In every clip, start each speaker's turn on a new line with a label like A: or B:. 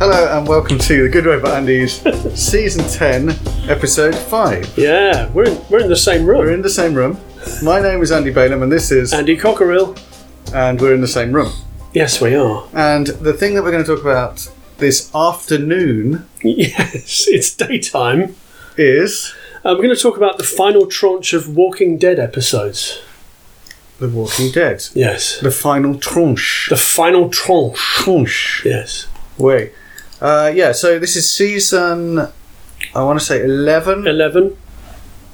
A: and welcome to the Good Way But Andy's season 10, episode 5.
B: Yeah, we're in, we're in the same room.
A: We're in the same room. My name is Andy Bailham, and this is,
B: Andy Cockerill.
A: and we're in the same room.
B: Yes, we are.
A: And the thing that we're going to talk about this afternoon
B: Yes, it's daytime.
A: is
B: Uh, we're going to talk about the final tranche of Walking Dead episodes.
A: The Walking Dead,
B: Yes.
A: the final tranche.
B: The final tranche.
A: tranche.
B: Yes.
A: Wait. Uh, yeah, so this is season, I want to say 11,
B: 11.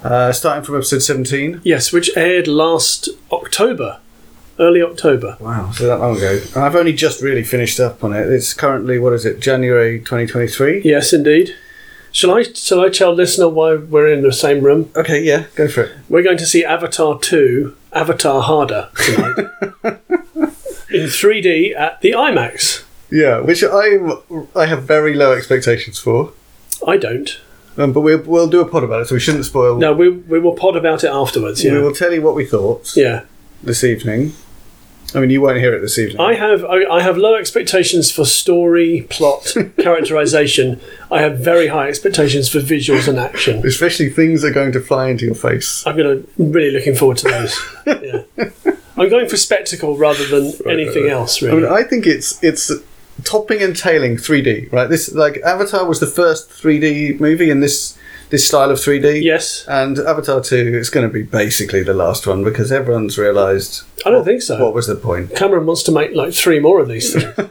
A: uh, starting from episode 17.
B: Yes, which aired last October. Early October.
A: Wow, so that long ago. And I've only just really finished up on it. It's currently, what is it, January 2023?
B: Yes, indeed. Shall I, shall I tell listener why we're in the same room?
A: Okay, yeah, go for it.
B: We're going to see Avatar 2, Avatar Harder, tonight. in 3D at the IMAX.
A: Yeah, which I'm, I have very low expectations for.
B: I don't.
A: Um, but we'll, we'll do a pod about it, so we shouldn't spoil.
B: No, we, we will pod about it afterwards. Yeah.
A: We will tell you what we thought
B: yeah.
A: this evening. I mean, you won't hear it this evening.
B: I have I, I have low expectations for story, plot, characterization. I have very high expectations for visuals and action.
A: Especially things are going to fly into your face.
B: I'm gonna really looking forward to those. Yeah. I'm going for spectacle rather than anything else
A: I
B: really.
A: mean, I think it's it's topping and tailing 3D, right? This like Avatar was the first 3D movie in this this style of 3D.
B: yes.
A: And Avatar 2 is going to be basically the last one because everyone's realised.
B: I don't think so.
A: What was the point?
B: Cameron wants to make like three more of these things.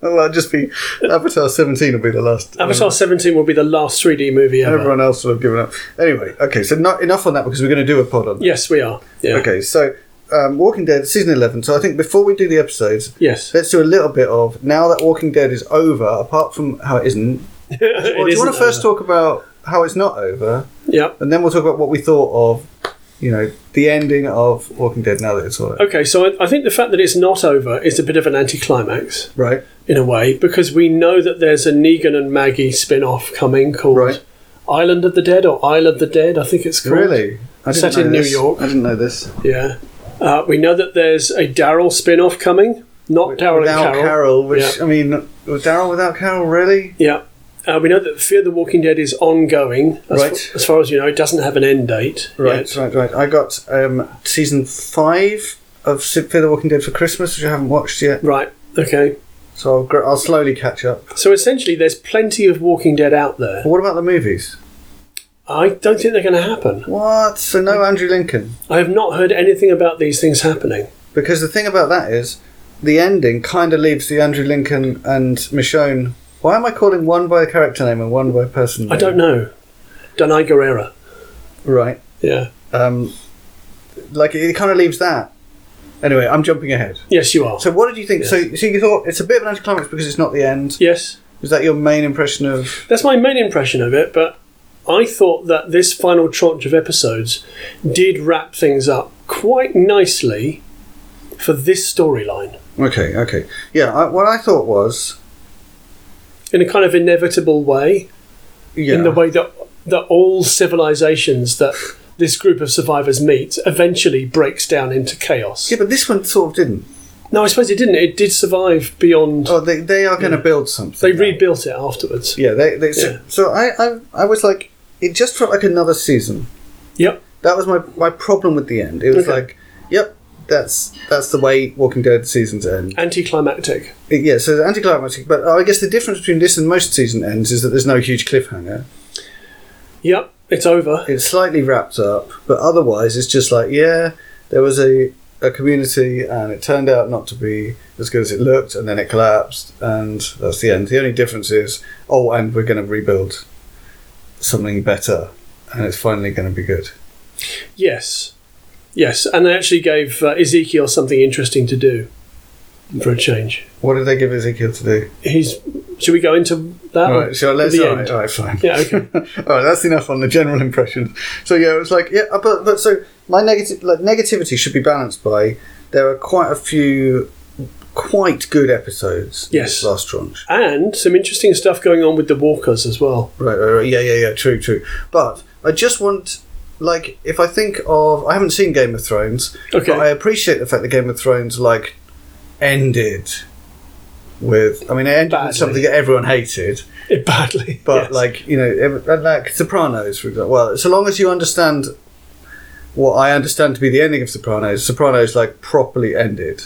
A: Well, I'll just be. Avatar 17 will be the last.
B: Avatar 17 will be the last 3D movie ever.
A: Everyone else will have given up. Anyway, okay, so not enough on that because we're going to do a pod on that.
B: Yes, we are. Yeah.
A: Okay, so um, Walking Dead, season 11. So I think before we do the episodes,
B: Yes.
A: let's do a little bit of now that Walking Dead is over, apart from how it isn't. Well, do you want to first talk about how it's not over?
B: Yeah.
A: And then we'll talk about what we thought of, you know, the ending of Walking Dead now that it's all over.
B: Okay, so I, I think the fact that it's not over is a bit of an anticlimax.
A: Right?
B: in a way because we know that there's a Negan and Maggie spin-off coming called
A: Right.
B: Island of the Dead or Isle of the Dead, I think it's called.
A: Really? I didn't
B: Set
A: know
B: in New
A: this.
B: York.
A: I didn't know this.
B: Yeah. Uh, we know that there's a Daryl spin-off coming, not Daryl and
A: without
B: Carol.
A: Carol, which I mean, Daryl without Carol, really?
B: Yeah. Uh, we know that Fear the Walking Dead is ongoing. As,
A: Right.
B: fa- as far as you know, it doesn't have an end date
A: Right,
B: yet.
A: right, right. I got um, season five of Sid- Fear the Walking Dead for Christmas, which I haven't watched yet,
B: Right. Okay.
A: so I'll, gr- I'll slowly catch up.
B: So essentially, there's plenty of Walking Dead out there.
A: But what about the movies?
B: I don't think they're going to happen.
A: What? So no Andrew Lincoln?
B: I have not heard anything about these things happening.
A: Because the thing about that is, the ending kind of leaves the Andrew Lincoln and Michonne. Why am I calling one by character name and one by person name?
B: I don't know. Danai Guerrera.
A: Right.
B: Yeah.
A: Um, like, it kind of leaves that. Anyway, I'm jumping ahead.
B: Yes, you are.
A: So what did you think? So, so you thought it's a bit of an anticlimax because it's not the end.
B: Yes,
A: Is that your main impression of?
B: that's my main impression of it. But I thought that this final tranche of episodes did wrap things up quite nicely for this storyline
A: Okay, okay, yeah. I, what I thought was,
B: in a kind of inevitable way,
A: yeah,
B: in the way that that all civilizations that this group of survivors meet eventually breaks down into chaos.
A: yeah, but this one sort of didn't.
B: No, I suppose it didn't. It did survive beyond.
A: Oh, they, they are going to build something.
B: Mm. they
A: now.
B: rebuilt it afterwards.
A: Yeah, they. they
B: Yeah.
A: So, so I, I, I was like, it just felt like another season.
B: Yep.
A: That was my my problem with the end. It was
B: Okay.
A: like, yep, that's that's the way Walking Dead seasons end.
B: Anticlimactic.
A: Yeah, so the anticlimactic. But uh, I guess the difference between this and most season ends is that there's no huge cliffhanger.
B: Yep. It's over.
A: it's slightly wrapped up, but otherwise it's just like, yeah, there was a, a community and it turned out not to be as good as it looked, and then it collapsed, and that's the end. The only difference is, oh, and we're going to rebuild something better, and it's finally going to be good.
B: Yes, yes, and they actually gave uh, Ezekiel something interesting to do for a change.
A: What did they give Ezekiel to do?
B: He's. Should we go into that?
A: All right, so let's.
B: Oh. the
A: All right,
B: end.
A: all right, fine.
B: Yeah, okay.
A: all right, that's enough on the general impressions. So yeah, it was like yeah, uh, but but so my negative like negativity should be balanced by there are quite a few quite good episodes. in
B: Yes.
A: this last tranche.
B: And some interesting stuff going on with the Walkers as well.
A: Right, right, right, yeah, yeah, yeah, true, true. But I just want like if I think of I haven't seen Game of Thrones,
B: Okay.
A: but I appreciate the fact that Game of Thrones like ended with. I mean, it ended
B: Badly.
A: with something that everyone hated,
B: It badly.
A: but
B: yes.
A: like you know, ev- and like Sopranos, for example. Well, so long as you understand what I understand to be the ending of Sopranos, Sopranos like properly ended.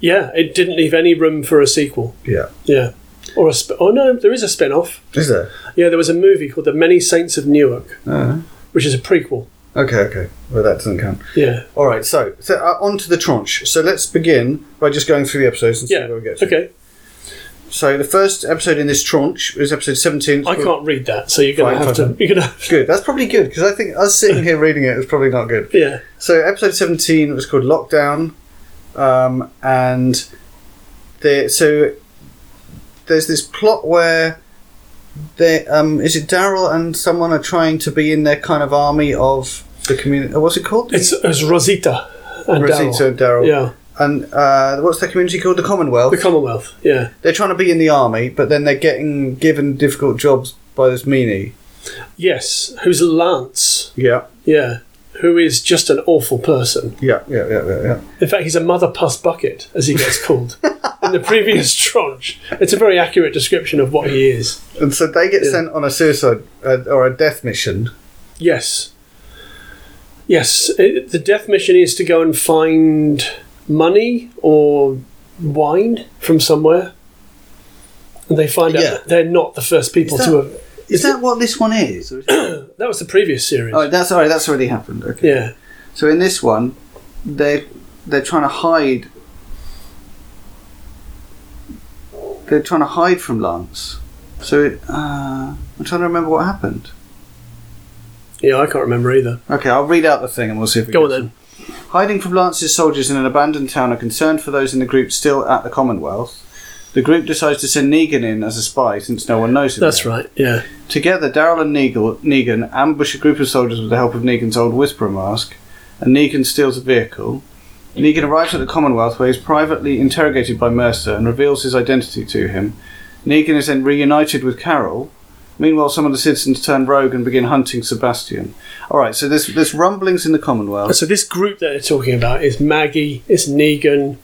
B: yeah, it didn't leave any room for a sequel.
A: Yeah,
B: Yeah, or a sp- oh no, there is a spin-off.
A: is there?
B: Yeah, there was a movie called The Many Saints of Newark,
A: Uh,
B: which is a prequel.
A: okay, okay. Well, that doesn't count.
B: Yeah,
A: All right, so, so uh, on to the tranche. So let's begin by just going through the episodes and see
B: yeah.
A: where we get to.
B: Okay,
A: So the first episode in this tranche is episode 17.
B: I can't read that, so you're gonna
A: Fine,
B: have
A: fine,
B: to. You're gonna.
A: Good. That's probably good because I think us sitting here reading it is probably not good.
B: Yeah,
A: So episode seventeen was called Lockdown, um, and there. So there's this plot where they um, is it Daryl and someone are trying to be in their kind of army of the community. uh, What's it called?
B: it's, it's Rosita and
A: Rosita
B: Daryl.
A: and Daryl.
B: Yeah,
A: And uh, what's their community called? The Commonwealth.
B: the Commonwealth. Yeah.
A: They're trying to be in the army, but then they're getting given difficult jobs by this meanie.
B: Yes, who's Lance?
A: Yeah.
B: Yeah, who is just an awful person.
A: Yeah. Yeah. Yeah. Yeah. yeah.
B: In fact, he's a mother puss bucket, as he gets called in the previous tranche. It's a very accurate description of what he is.
A: And so they get
B: Yeah.
A: sent on a suicide uh, or a death mission.
B: Yes, yes. It, the death mission is to go and find money or wine from somewhere, and they find
A: Yeah.
B: out they're not the first people
A: Is
B: to
A: that-
B: have.
A: Is that what this one is?
B: That was the previous series.
A: oh, that's all right. That's already happened. Okay.
B: yeah,
A: So in this one, they they're trying to hide. They're trying to hide from Lance. So it, uh, I'm trying to remember what happened.
B: yeah. I can't remember either.
A: Okay, I'll read out the thing and we'll see if we
B: Go
A: get
B: on then.
A: Hiding from Lance's soldiers in an abandoned town are concerned for those in the group still at the Commonwealth. The group decides to send Negan in as a spy since no one knows him.
B: That's
A: yet.
B: right. Yeah.
A: Together, Daryl and Negan, Negan ambush a group of soldiers with the help of Negan's old Whisperer mask, and Negan steals a vehicle. Negan arrives at the Commonwealth where he is privately interrogated by Mercer and reveals his identity to him. Negan is then reunited with Carol. Meanwhile, some of the citizens turn rogue and begin hunting Sebastian. All right, so there's, there's rumblings in the Commonwealth.
B: Oh, So this group that they're talking about is Maggie, it's Negan,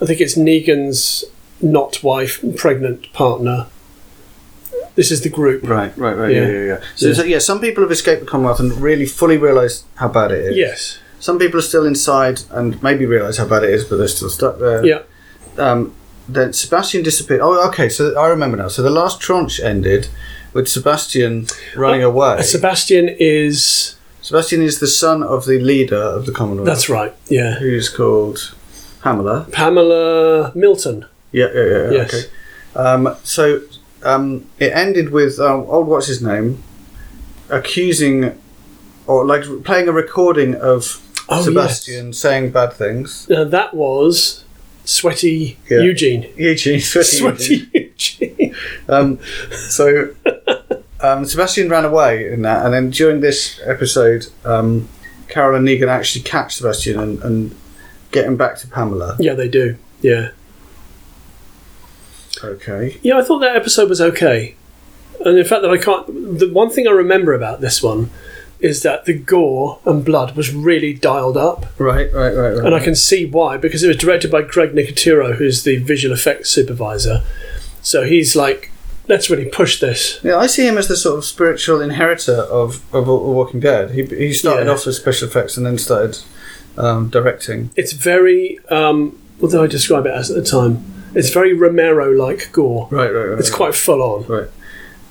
B: I think it's Negan's not wife, pregnant partner. This is the group.
A: Right, right, right, yeah,
B: Yeah.
A: yeah, yeah. So, yeah.
B: Yeah.
A: so yeah, some people have escaped the Commonwealth and really fully realised how bad it is.
B: Yes.
A: Some people are still inside and maybe realise how bad it is, but they're still stuck there.
B: Yeah.
A: um, that Sebastian disappeared. Oh, okay. So I remember now. So the last tranche ended with Sebastian running away.
B: Sebastian is.
A: Sebastian is the son of the leader of the Commonwealth.
B: That's right. Yeah.
A: Who's called Pamela.
B: Pamela Milton.
A: Yeah, yeah, yeah. yeah,
B: Yes.
A: Oh, Okay. Um, so um, it ended with um, old what's his name accusing or like playing a recording of
B: Oh,
A: Sebastian saying bad things.
B: Now that was sweaty
A: Yeah.
B: Eugene.
A: Eugene, sweaty Eugene.
B: Sweaty Eugene.
A: Um, so um, Sebastian ran away in that, and then during this episode, um, Carol and Negan actually catch Sebastian and, and get him back to Pamela.
B: yeah, they do. Yeah.
A: Okay.
B: Yeah, I thought that episode was okay. And in fact, that I can't. The one thing I remember about this one is that the gore and blood was really dialed up,
A: Right, right, right, right.
B: and I can see why because it was directed by Greg Nicotero, who's the visual effects supervisor. So he's like, let's really push this.
A: yeah, I see him as the sort of spiritual inheritor of, of Wa- Walking Dead. He, he started
B: Yeah.
A: off as special effects and then started um, directing.
B: It's very. Um, what did I describe it as at the time? It's very Romero-like gore.
A: Right, right, right.
B: It's quite full on.
A: Right.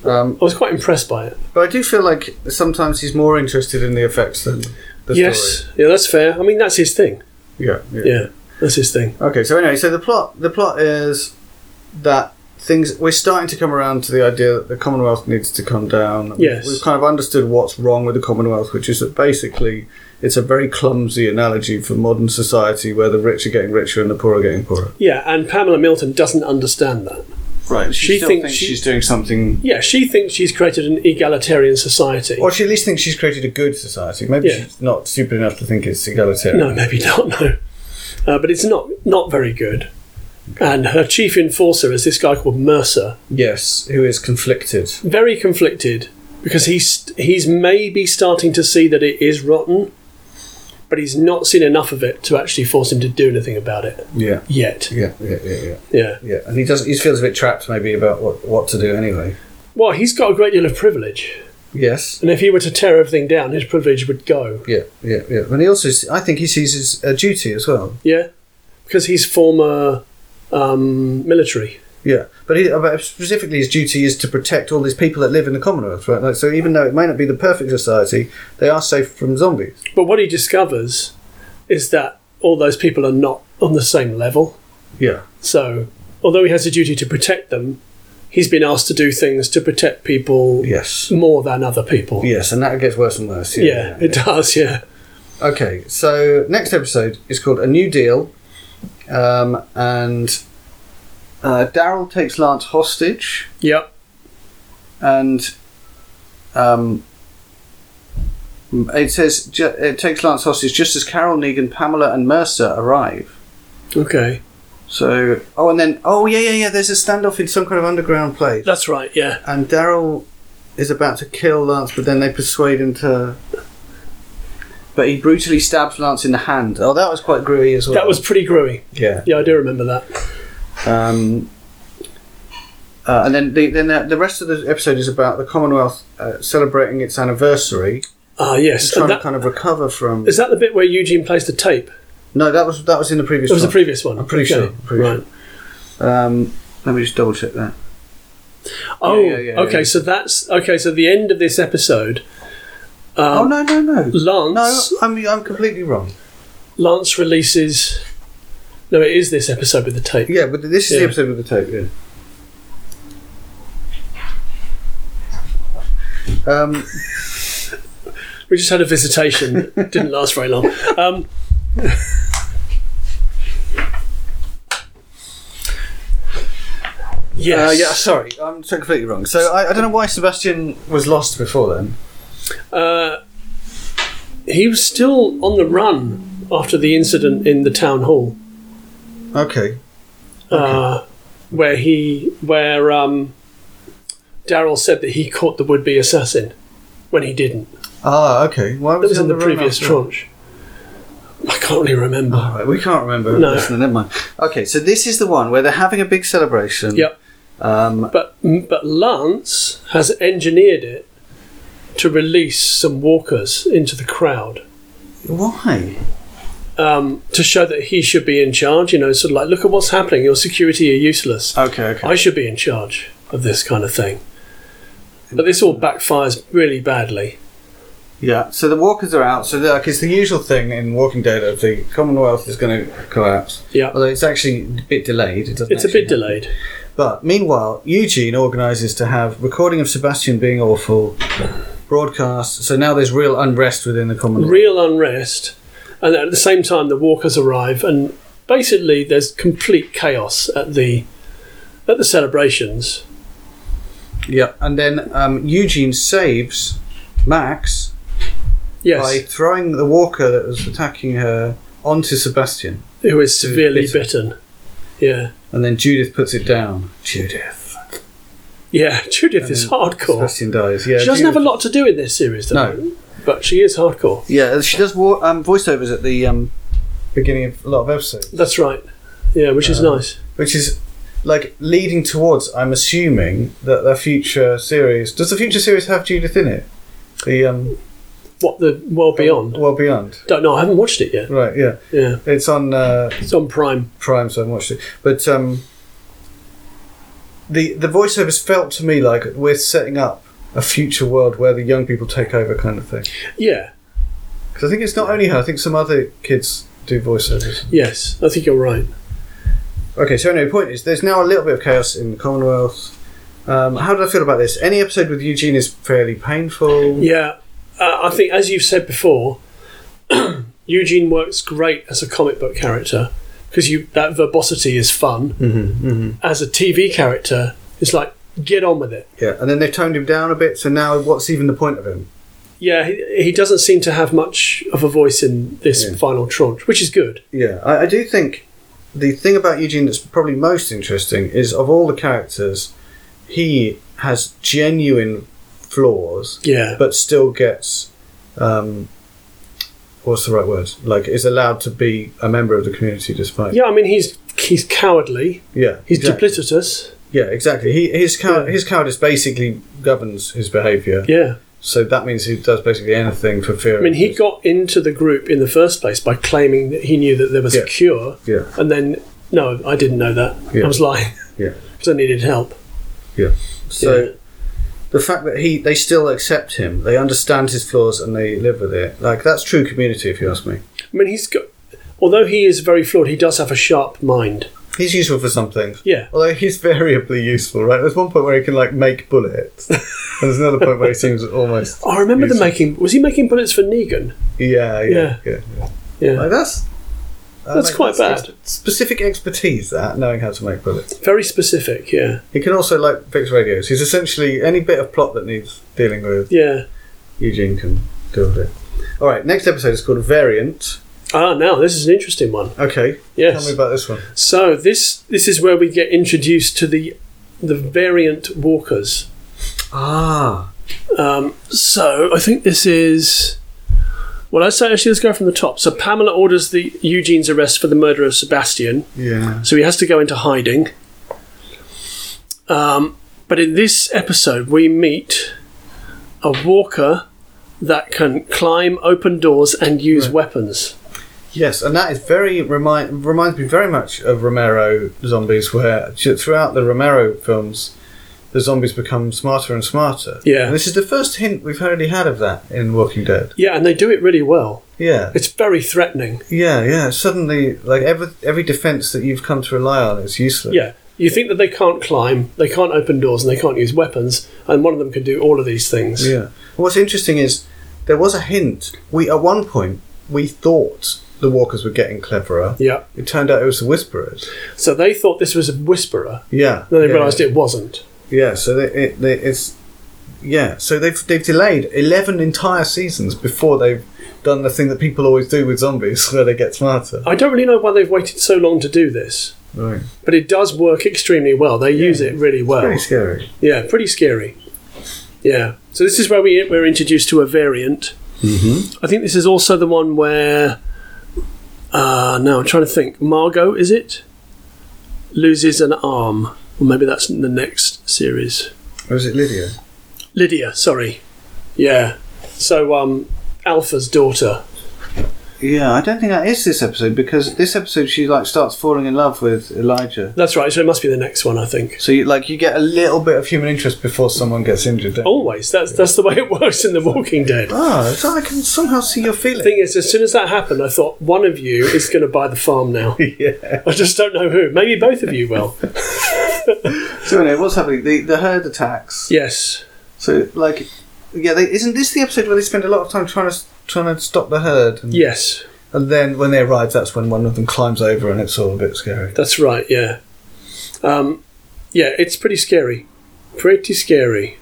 A: Um,
B: I was quite impressed by it.
A: but I do feel like sometimes he's more interested in the effects than the
B: yes,
A: story.
B: yeah, that's fair. I mean, that's his thing.
A: Yeah, yeah.
B: Yeah, that's his thing.
A: Okay, so anyway, so the plot the plot is that things we're starting to come around to the idea that the Commonwealth needs to come down.
B: Yes.
A: we've kind of understood what's wrong with the Commonwealth, which is that basically it's a very clumsy analogy for modern society where the rich are getting richer and the poor are getting poorer.
B: Yeah, and Pamela Milton doesn't understand that.
A: Right.
B: She still thinks thinks she- she's
A: doing something.
B: Yeah, she thinks she's created an egalitarian society.
A: Or she at least thinks she's created a good society. Maybe
B: Yeah.
A: she's not stupid enough to think it's egalitarian.
B: no, maybe not. No, uh, but it's not not very good. And her chief enforcer is this guy called Mercer.
A: Yes, who is conflicted.
B: Very conflicted because he's he's maybe starting to see that it is rotten, but he's not seen enough of it to actually force him to do anything about it
A: Yeah.
B: yet.
A: Yeah, yeah, yeah, yeah,
B: Yeah.
A: yeah, and he does. He feels a bit trapped, maybe, about what, what to do anyway.
B: Well, he's got a great deal of privilege,
A: Yes,
B: and if he were to tear everything down, his privilege would go.
A: yeah, yeah, yeah. And he also, se- I think, he sees his uh, duty as well.
B: Yeah, because he's former um, military.
A: Yeah, but he, uh, but specifically his duty is to protect all these people that live in the Commonwealth, right? Like, so even though it may not be the perfect society, they are safe from zombies.
B: But what he discovers is that all those people are not on the same level.
A: Yeah,
B: So, although he has a duty to protect them, he's been asked to do things to protect people
A: yes,
B: more than other people.
A: yes, and that gets worse and worse.
B: Yeah, it does. Yeah,
A: Okay, so next episode is called A New Deal, um, and uh, Daryl takes Lance hostage,
B: yep,
A: and um, it says ju- it takes Lance hostage just as Carol, Negan, Pamela, and Mercer arrive.
B: okay,
A: So, oh, and then, oh, yeah, yeah, yeah, there's a standoff in some kind of underground place.
B: that's right. Yeah,
A: And Daryl is about to kill Lance, but then they persuade him to. But he brutally stabs Lance in the hand. Oh, that was quite gruey as well.
B: that was pretty gruey.
A: Yeah.
B: Yeah, I do remember that.
A: Um, uh, and then the, then the, the rest of the episode is about the Commonwealth uh, celebrating its anniversary,
B: Ah, yes.
A: trying
B: And that,
A: to kind of recover from.
B: is that the bit where Eugene plays the tape?
A: no, that was that was in the previous.
B: It was the
A: one.
B: previous one.
A: I'm pretty sure, I'm pretty
B: right.
A: um, let me just double check that.
B: Oh,
A: Yeah, yeah, yeah,
B: okay.
A: yeah.
B: So that's okay. So the end of this episode, Um,
A: oh no no no no!
B: Lance
A: I'm I'm completely wrong.
B: Lance releases. No, it is this episode with the tape.
A: Yeah, but this is
B: Yeah.
A: the episode with the tape. Yeah. Um,
B: We just had a visitation. Didn't last very long. Um, yes.
A: uh, yeah, sorry, I'm so completely wrong. So I, I don't know why Sebastian was lost before then.
B: Uh, he was still on the run after the incident in the town hall,
A: Okay.
B: uh, where he where um, Daryl said that he caught the would be assassin when he didn't.
A: Ah, okay. Why
B: That
A: was,
B: was
A: he
B: in
A: on
B: the
A: run
B: previous
A: after that?
B: tranche. I can't really remember.
A: All right, we can't remember.
B: No.
A: Listen, never mind. Okay, so this is the one where they're having a big celebration.
B: Yep.
A: Um,
B: But but Lance has engineered it to release some walkers into the crowd
A: why?
B: um, to show that he should be in charge. You know, sort of like, look at what's happening. Your security are useless.
A: Okay, okay.
B: I should be in charge of this kind of thing. But this all backfires really badly.
A: Yeah. So the walkers are out. So they're- like, it's the usual thing in Walking Dead of the Commonwealth is going to collapse.
B: Yeah,
A: Although it's actually a bit delayed. It doesn't
B: it's a
A: actually
B: bit delayed.
A: happen. But meanwhile, Eugene organises to have recording of Sebastian being awful, broadcast. So now there's real unrest within the Commonwealth.
B: Real unrest, and at the same time, the walkers arrive, and basically, there's complete chaos at the at the celebrations.
A: yeah. And then um, Eugene saves Max
B: Yes,
A: by throwing the walker that was attacking her onto Sebastian.
B: who is severely
A: bitten.
B: bitten. Yeah.
A: And then Judith puts it down. Judith.
B: Yeah, Judith is hardcore.
A: Um, Sebastian dies. Yeah,
B: She doesn't
A: Judith-
B: have a lot to do in this series, though.
A: No.
B: But she is hardcore.
A: Yeah, she does war- um, voiceovers at the um, beginning of a lot of episodes,
B: That's right. Yeah, which
A: Um,
B: is nice.
A: which is like leading towards. I'm assuming that the future series does the future series have Judith in it? The um,
B: What the world beyond?
A: well beyond.
B: Don't know. I haven't watched it yet.
A: Right. Yeah,
B: Yeah,
A: it's on uh,
B: it's on Prime.
A: Prime, so I haven't watched it. But um, the the voiceovers felt to me like we're setting up a future world where the young people take over, kind of thing.
B: Yeah.
A: Because I think it's not only her; I think some other kids do voiceovers.
B: Yes, I think you're right.
A: Okay, so anyway, point is, there's now a little bit of chaos in the Commonwealth. Um, how did I feel about this? Any episode with Eugene is fairly painful.
B: Yeah, uh, I think as you've said before, Eugene works great as a comic book character because you that verbosity is fun.
A: Mm-hmm, mm-hmm.
B: As a TV character, it's like get on with it.
A: Yeah, and then they've toned him down a bit, so now what's even the point of him?
B: Yeah, he, he doesn't seem to have much of a voice in this
A: Yeah.
B: final tranche, which is good.
A: Yeah, I, I do think the thing about Eugene that's probably most interesting is of all the characters, he has genuine flaws,
B: Yeah,
A: but still gets um, what's the right word? Like, is allowed to be a member of the community despite.
B: Yeah, I mean, he's he's cowardly.
A: Yeah,
B: He's
A: exactly.
B: duplicitous.
A: Yeah, exactly. He, his, cow-
B: Yeah.
A: his cowardice basically governs his behaviour.
B: Yeah.
A: So that means he does basically anything for fear.
B: I mean,
A: of
B: he
A: his-
B: got into the group in the first place by claiming that he knew that there was
A: Yeah.
B: a cure,
A: Yeah,
B: and then no, I didn't know that.
A: Yeah.
B: I was lying.
A: Yeah.
B: because I needed help.
A: yeah. So
B: Yeah.
A: the fact that he they still accept him, they understand his flaws, and they live with it. Like that's true community, if you ask me.
B: I mean, he's got. Although he is very flawed, he does have a sharp mind.
A: He's useful for some things.
B: Yeah.
A: Although he's variably useful, right? There's one point where he can like make bullets, and there's another point where he seems almost.
B: I remember the
A: Useful.
B: making. Was he making bullets for Negan?
A: Yeah, yeah, yeah.
B: Yeah,
A: Like that's. that
B: That's
A: makes-
B: quite bad.
A: Specific expertise that knowing how to make bullets.
B: very specific. Yeah,
A: He can also like fix radios. He's essentially any bit of plot that needs dealing with.
B: yeah.
A: Eugene can deal with it. All right. Next episode is called Variant.
B: Ah, now this is an interesting one.
A: Okay. Tell me
B: Yes.
A: about this one.
B: So this this is where we get introduced to the the variant walkers.
A: Ah.
B: Um, so I think this is. Well, I'd say actually let's go from the top. So Pamela orders the Eugene's arrest for the murder of Sebastian.
A: Yeah.
B: So he has to go into hiding. Um, but in this episode, we meet a walker that can climb open doors and use weapons.
A: Yes, and that is very remind reminds me very much of Romero zombies, where j- throughout the Romero films, the zombies become smarter and smarter.
B: Yeah.
A: And this is the first hint we've only had of that in Walking Dead.
B: Yeah, and they do it really well.
A: Yeah.
B: It's very threatening.
A: Yeah. Yeah. Suddenly, like every every defense that you've come to rely on is useless.
B: Yeah. You think that they can't climb, they can't open doors, and they can't use weapons, and one of them can do all of these things.
A: Yeah. What's interesting is there was a hint. We at one point we thought the walkers were getting cleverer.
B: Yeah.
A: It turned out it was the whisperers.
B: So they thought this was a whisperer,
A: Yeah.
B: then they
A: yeah,
B: realised it wasn't.
A: Yeah. So they, it, they, it's yeah. So they've they've delayed eleven entire seasons before they've done the thing that people always do with zombies, where they get smarter.
B: I don't really know why they've waited so long to do this,
A: Right.
B: but it does work extremely well. They use it really well.
A: Pretty scary.
B: Yeah, pretty scary. Yeah. So this is where we we're introduced to a variant.
A: Mm-hmm.
B: I think this is also the one where. Uh, no, I'm trying to think. Margot, is it? Loses an arm. Or maybe that's in the next series.
A: Or is it Lydia?
B: Lydia, sorry. Yeah. So, um, Alpha's daughter.
A: Yeah, I don't think that is this episode because this episode she like starts falling in love with Elijah.
B: That's right. So it must be the next one, I think.
A: So you like you get a little bit of human interest before someone gets injured. Don't you?
B: Always. That's that's the way it works in The Walking Dead.
A: Ah, so I can somehow see your
B: The
A: feeling.
B: thing is, as soon as that happened, I thought one of you is going to buy the farm now.
A: yeah.
B: I just don't know who. Maybe both of you will.
A: So anyway, what's happening? The the herd attacks.
B: Yes.
A: So like, yeah, they, isn't this the episode where they spend a lot of time trying to trying to stop the herd? And,
B: Yes.
A: And then when they arrive, that's when one of them climbs over, and it's all a bit scary.
B: That's right, yeah. Um, yeah, it's pretty scary. Pretty scary.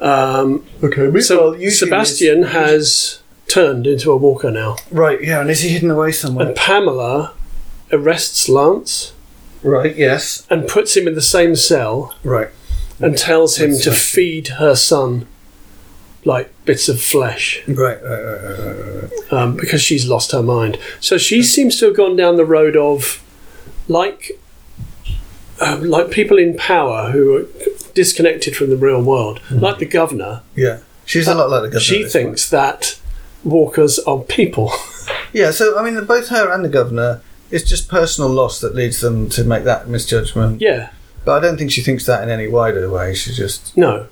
B: Um,
A: Okay.
B: so Sebastian has turned into a walker now.
A: right. Yeah, and is he hidden away somewhere?
B: And Pamela arrests Lance
A: right. Yes.
B: and puts him in the same cell
A: Right.
B: and tells him
A: That's
B: to
A: right.
B: feed her son like bits of flesh
A: Right. Right. Right. Right. right, right, right.
B: um, because she's lost her mind. So she seems to have gone down the road of like um, like people in power who are disconnected from the real world, like the governor.
A: Yeah. She's a lot like the Hmm. governor. at
B: she
A: this point.
B: thinks that walkers are people.
A: Yeah, so I mean, both her and the governor, it's just personal loss that leads them to make that misjudgment.
B: yeah,
A: But I don't think she thinks that in any wider way. She just,
B: no,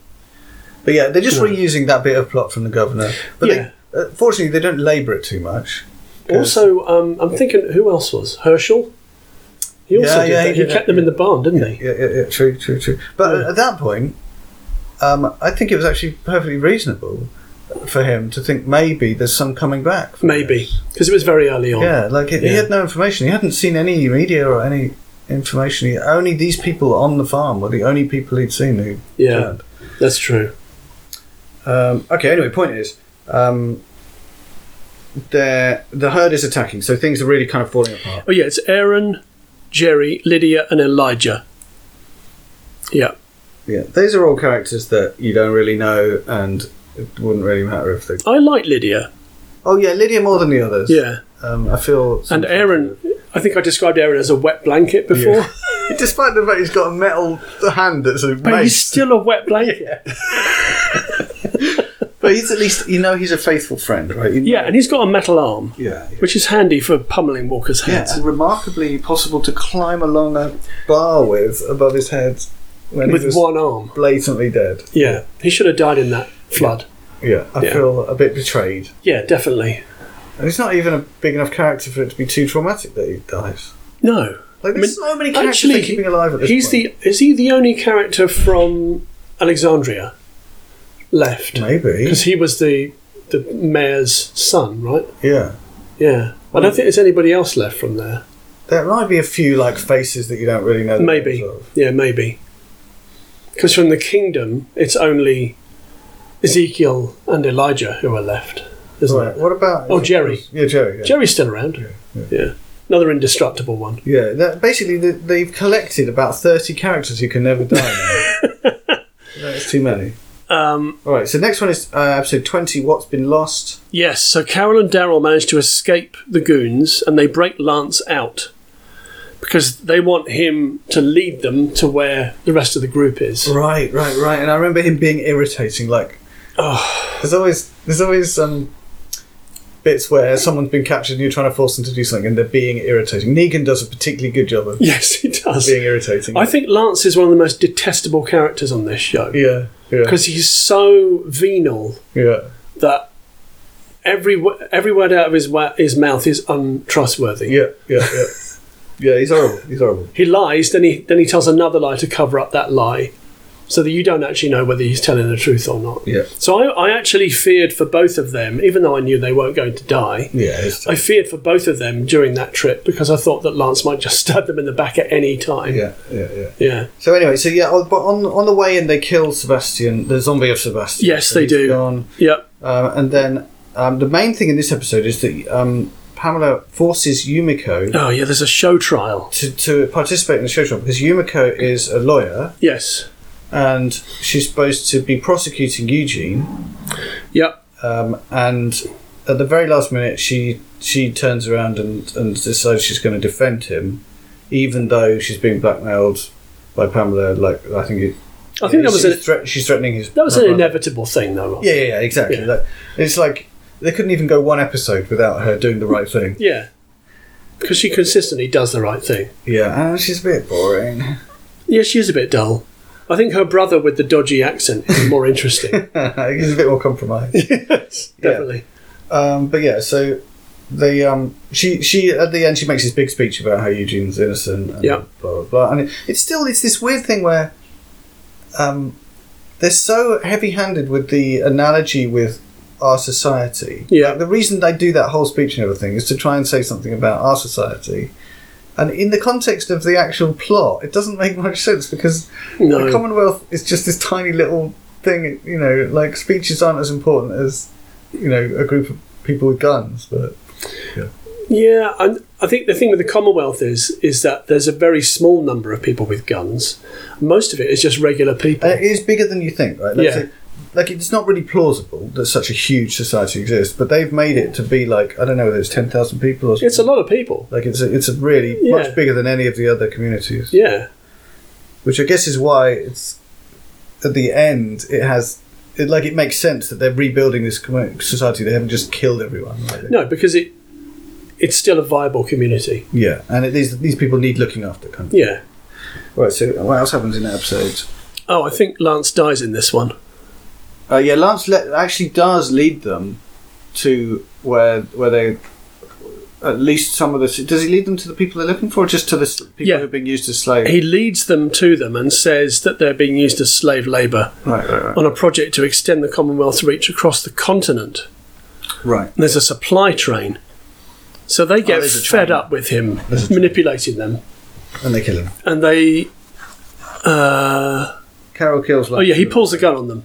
A: but yeah, they're just
B: No.
A: reusing that bit of plot from the governor. But
B: Yeah.
A: they, uh, fortunately, they don't labour it too much. 'Cause-
B: Also, um, I'm thinking who else was Herschel. He also
A: Yeah,
B: did
A: yeah,
B: that.
A: he
B: He,
A: did
B: kept
A: that,
B: them in the barn, didn't he?
A: yeah, yeah, yeah, true, true, true. But
B: Yeah.
A: at that point, um, I think it was actually perfectly reasonable for him to think maybe there's some coming back. from
B: Maybe
A: this.
B: because it was very early on.
A: Yeah, like it, he
B: Yeah.
A: had no information. He hadn't seen any media or any information. He, only these people on the farm were the only people he'd seen who
B: Yeah,
A: turned.
B: that's true.
A: Um, okay, anyway, point is, um, they're- the herd is attacking, so things are really kind of falling apart.
B: Oh yeah, it's Aaron, Jerry, Lydia, and Elijah. Yeah,
A: Yeah, these are all characters that you don't really know, and it wouldn't really matter if they.
B: I like Lydia.
A: Oh yeah, Lydia more than the others.
B: Yeah.
A: Um, I feel.
B: And Aaron, I think I described Aaron as a wet blanket before,
A: Yeah. despite the fact he's got a metal hand that's a
B: but he's
A: mace,
B: still a wet blanket.
A: but he's at least you know he's a faithful friend, right? You know-
B: Yeah, and he's got a metal arm,
A: yeah, yeah.
B: which is handy for pummeling Walker's
A: Yeah,
B: heads.
A: and remarkably possible to climb along a bar with above his head when he
B: With
A: was
B: one arm.
A: blatantly dead.
B: Yeah. He should have died in that flood.
A: Yeah, I
B: Yeah.
A: feel a bit betrayed.
B: Yeah, definitely.
A: And he's not even a big enough character for it to be too traumatic that he dies.
B: No.
A: Like, there's
B: I mean,
A: so many characters they're keeping alive at this
B: he's
A: point.
B: the is he the only character from Alexandria left?
A: Maybe.
B: Because he was the the mayor's son, right?
A: Yeah.
B: Yeah. I don't think there's anybody else left from there.
A: There might be a few, like, faces that you don't really know. the
B: Maybe.
A: names of.
B: Yeah, maybe. Because from the kingdom, it's only Ezekiel and Elijah who are left, isn't
A: Right.
B: it?
A: What about.
B: Oh, Jerry.
A: Yeah, Jerry. Yeah.
B: Jerry's still around. Yeah. Another indestructible one.
A: Yeah, that, basically, the, they've collected about 30 characters who can never die now. That's too many.
B: Um,
A: All right, so next one is uh, episode 20 What's Been Lost?
B: yes, so Carol and Daryl manage to escape the goons and they break Lance out because they want him to lead them to where the rest of the group is.
A: Right, right, right. And I remember him being irritating. Like,
B: Oh,
A: there's always there's always um, bits where someone's been captured and you're trying to force them to do something and they're being irritating. Negan does a particularly good job of
B: yes, he does.
A: being irritating.
B: I think Lance is one of the most detestable characters on this show
A: Yeah, yeah.
B: because he's so venal
A: Yeah.
B: that every wo- every word out of his wa- his mouth is untrustworthy.
A: Yeah, yeah, yeah. yeah, he's horrible. He's horrible.
B: He lies, then he then he tells another lie to cover up that lie, so that you don't actually know whether he's telling the truth or not.
A: Yeah.
B: So I, I actually feared for both of them, even though I knew they weren't going to die.
A: Yeah, it's
B: I feared for both of them during that trip because I thought that Lance might just stab them in the back at any time.
A: yeah, yeah, yeah.
B: Yeah.
A: So anyway, so yeah, on- but on on the way in, they kill Sebastian, the zombie of Sebastian.
B: Yes,
A: So
B: they
A: he's
B: do.
A: Gone,
B: Yep.
A: um, and then um, the main thing in this episode is that um, Pamela forces Yumiko
B: Oh yeah. There's a show trial.
A: to, to participate in the show trial because Yumiko is a lawyer
B: Yes.
A: and she's supposed to be prosecuting Eugene.
B: Yep.
A: Um, and at the very last minute, she she turns around and, and decides she's going to defend him, even though she's being blackmailed by Pamela. Like I think it,
B: I think that was
A: she's,
B: an,
A: threat- she's threatening his.
B: that was an
A: her brother.
B: inevitable thing though. wasn't
A: Yeah, yeah, yeah, exactly.
B: Yeah.
A: Like, it's like they couldn't even go one episode without her doing the right thing.
B: Yeah. Because she consistently does the right thing.
A: Yeah, and Ah, she's a bit boring.
B: Yeah, she is a bit dull. I think her brother with the dodgy accent is more interesting.
A: He's a bit more compromised.
B: yes, definitely.
A: Um, but yeah, so they um, she she at the end she makes this big speech about how Eugene's innocent. And
B: Yeah.
A: Blah blah blah, and it, it's still it's this weird thing where um, they're so heavy-handed with the analogy with our society.
B: Yeah.
A: Like, the reason they do that whole speech and everything is to try and say something about our society. And in the context of the actual plot, it doesn't make much sense because the
B: No.
A: Commonwealth is just this tiny little thing, you know, like speeches aren't as important as, you know, a group of people with guns, but
B: yeah, and I think the thing with the Commonwealth is is that there's a very small number of people with guns. Most of it is just regular people.
A: and Uh, it is bigger than you think, right?
B: Yeah.
A: say- like it's not really plausible that such a huge society exists, but they've made it to be like I don't know whether it's ten thousand people or something.
B: it's a lot of people.
A: like it's a, it's a really
B: Yeah.
A: much bigger than any of the other communities,
B: Yeah.
A: which I guess is why it's at the end it has it, like it makes sense that they're rebuilding this commu- society. They haven't just killed everyone. Right?
B: No, because it it's still a viable community.
A: Yeah, and it is, these people need looking after. Kind of.
B: Yeah.
A: Right, so what else happens in that episode?
B: Oh, I think Lance dies in this one.
A: Uh, yeah, Lance le- actually does lead them to where where they at least some of the does he lead them to the people they're looking for, or just to the s- people
B: Yeah.
A: who've been used as slaves?
B: He leads them to them and says that they're being used as slave labour
A: right, right, right,
B: on a project to extend the Commonwealth's reach across the continent.
A: right.
B: And there's a supply train. So they get
A: Oh, there's a
B: fed
A: train.
B: up with him
A: There's a train.
B: manipulating them,
A: and they kill him.
B: and they. Uh,
A: Carol kills. Lance
B: oh yeah, he pulls a gun on them.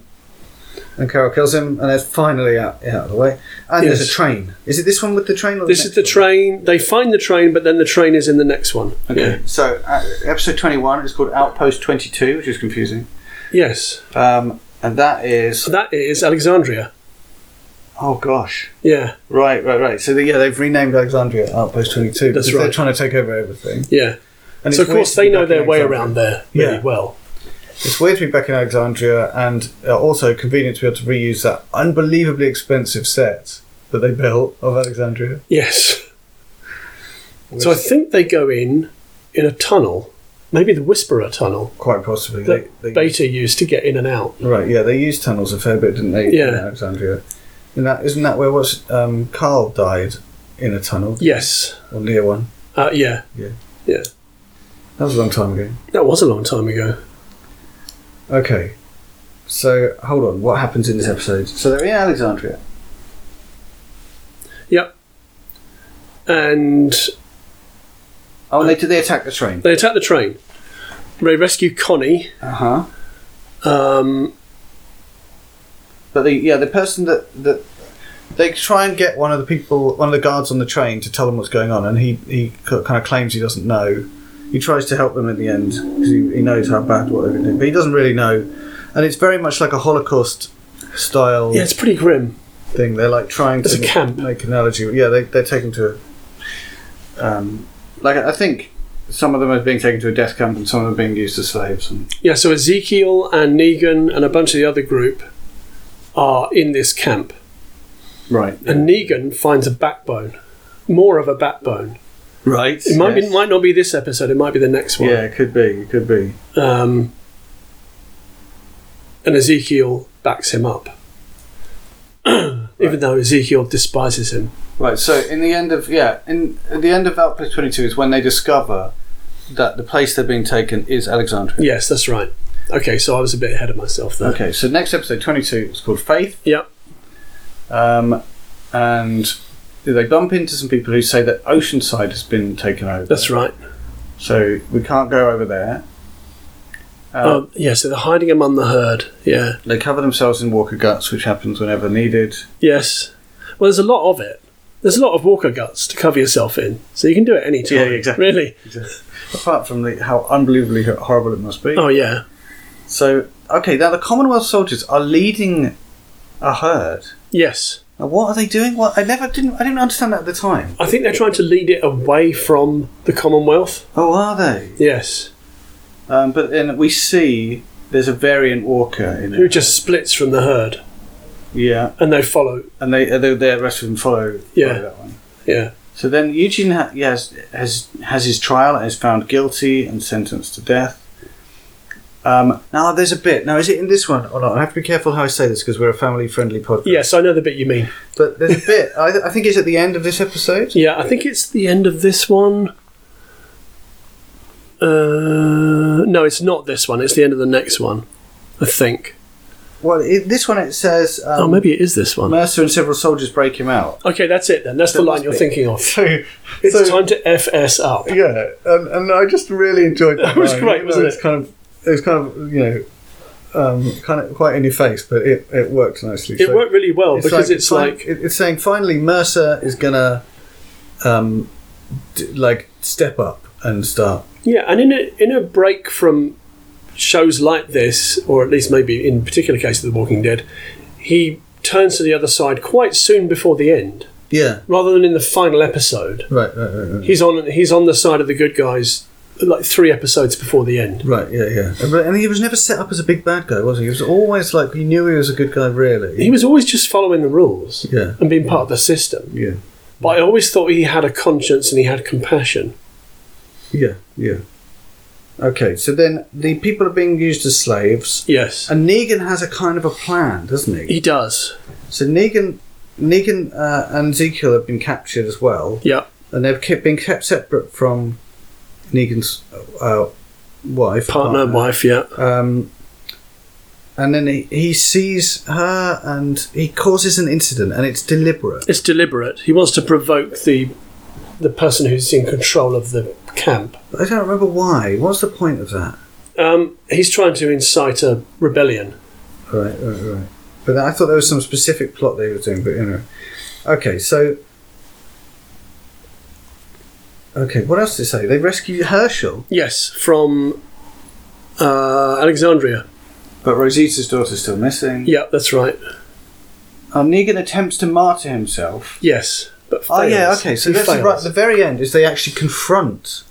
A: and Carol kills him, and they're finally out out of the way. And there's
B: Yes.
A: a train. Is it this one with the train? Or
B: This
A: the
B: is the
A: next one?
B: train. They find the train, but then the train is in the next one. Yeah.
A: So uh, episode twenty-one is called Outpost Twenty-Two, which is confusing,
B: Yes,
A: um, and that is
B: so that is Alexandria.
A: Oh gosh.
B: Yeah,
A: Right, right, right. So they, yeah, they've renamed Alexandria uh, Outpost Twenty Two.
B: That's
A: They're
B: right.
A: trying to take over everything.
B: yeah.
A: And
B: so
A: it's
B: of course
A: weird to
B: they
A: be
B: know
A: back
B: their
A: in
B: way
A: Alexandria.
B: around there really
A: Yeah.
B: well.
A: It's weird to be back in Alexandria, and uh, also convenient to be able to reuse that unbelievably expensive set that they built of Alexandria.
B: Yes. So I think they go in in a tunnel, maybe the Whisperer tunnel
A: Quite possibly.
B: that
A: They, they,
B: Beta used to get in and out.
A: right, yeah, they used tunnels a fair bit, didn't they?
B: Yeah.
A: In Alexandria. And that, isn't that where what's um, Carl died in a tunnel
B: Yes.
A: or near one?
B: Uh, yeah.
A: That was a long time ago.
B: That was a long time ago.
A: Okay. So hold on, what happens in this episode? So they're in Alexandria.
B: Yep. And
A: Oh, and they do they attack the train?
B: they attack the train. They rescue Connie.
A: Uh
B: Uh-huh.
A: huh.
B: Um,
A: But the yeah, the person that that they try and get one of the people, one of the guards on the train to tell them what's going on, and he he kind of claims he doesn't know. He tries to help them at the end because he, he knows how bad what they're doing, but he doesn't really know. And it's very much like a Holocaust style
B: yeah, it's pretty grim.
A: thing. They're like trying
B: It's
A: to
B: a camp.
A: make an analogy. Yeah, they they're taken to. A, um, like I think some of them are being taken to a death camp, and some of them are being used as slaves. And
B: Yeah, so Ezekiel and Negan and a bunch of the other group are in this camp.
A: right,
B: And Negan finds a backbone, more of a backbone.
A: right.
B: It might, be, might not be this episode, it might be the next one.
A: yeah, it could be. It could be.
B: Um, and Ezekiel backs him up. Even though Ezekiel despises him.
A: Right. So in the end of yeah, in at the end of Outpost Twenty Two is when they discover that the place they're being taken is Alexandria.
B: Yes, that's right. Okay, so I was a bit ahead of myself there.
A: Okay. So next episode twenty two is called Faith.
B: Yep.
A: Um, and they bump into some people who say that Oceanside has been taken over.
B: That's right.
A: So we can't go over there. Uh,
B: Um, yeah, so they're hiding among the herd. Yeah.
A: They cover themselves in walker guts, which happens whenever needed.
B: Yes. Well, there's a lot of it. There's a lot of walker guts to cover yourself in, so you can do it any time.
A: Yeah, exactly.
B: Really?
A: Apart from the, how unbelievably ho- horrible it must be.
B: Oh, yeah.
A: So, okay, now the Commonwealth soldiers are leading a herd.
B: Yes.
A: Now, what are they doing? What I never didn't I didn't understand that at the time.
B: I think they're trying to lead it away from the Commonwealth.
A: Oh, are they?
B: Yes.
A: Um, but then we see there's a variant walker in
B: Who
A: there.
B: just splits from the herd
A: Yeah,
B: and they follow.
A: and they uh, they the rest of them follow.
B: Yeah.
A: follow that one.
B: Yeah.
A: So then Eugene ha- yeah, has, has has his trial and is found guilty and sentenced to death. Um, now there's a bit. Now is it in this one or not? I have to be careful how I say this because we're a family-friendly podcast.
B: Yes, I know the bit you mean.
A: But there's a bit. I, I think it's at the end of this episode.
B: Yeah, I think it's the end of this one. Uh, no, it's not this one. It's the end of the next one, I think.
A: Well, it, this one it says um,
B: oh, maybe it is this one.
A: Mercer and several soldiers break him out.
B: Okay, that's it then. That's the
A: That
B: line
A: must
B: you're
A: be.
B: thinking of.
A: So
B: It's time to FS up.
A: Yeah, and, and I just really enjoyed that.
B: That was
A: line,
B: great,
A: even though
B: wasn't
A: it's
B: it?
A: Kind of, it was kind of you know, um, kind of quite in your face, but it, it worked nicely.
B: It
A: So
B: worked really well because it's
A: fin-
B: like
A: it- it's saying finally Mercer is gonna, um, d- like step up and start.
B: Yeah, and in a in a break from shows like this, or at least maybe in particular case of The Walking Dead, he turns to the other side quite soon before the end,
A: Yeah,
B: rather than in the final episode.
A: right, right, right, right.
B: He's on he's on the side of the good guys like three episodes before the end.
A: Right, yeah, yeah, And- but- and he was never set up as a big bad guy, was he? He was always like he knew he was a good guy, really.
B: He was always just following the rules
A: Yeah.
B: and being part of the system.
A: yeah,
B: But I always thought he had a conscience and he had compassion.
A: yeah, yeah. Okay, so then the people are being used as slaves.
B: Yes.
A: And Negan has a kind of a plan, doesn't he?
B: He does.
A: So Negan, Negan uh, and Ezekiel have been captured as well,
B: Yeah.
A: and they've kept, been kept separate from Negan's uh, wife,
B: Partner, wife, yeah.
A: Um, and then he, he sees her, and he causes an incident, and it's deliberate.
B: It's deliberate. He wants to provoke the the person who's in control of the camp.
A: I don't remember why. What's the point of that?
B: Um, he's trying to incite a rebellion.
A: Right, right, right. But I thought there was some specific plot they were doing, but anyway. Okay, so. Okay, what else did they say? They rescue Herschel.
B: Yes, from uh, Alexandria.
A: But Rosita's daughter's still missing.
B: Yeah, that's right.
A: Um, Negan attempts to martyr himself.
B: Yes, but fails.
A: Oh yeah, okay. So
B: He
A: that's right.
B: fails.
A: The very end is they actually confront.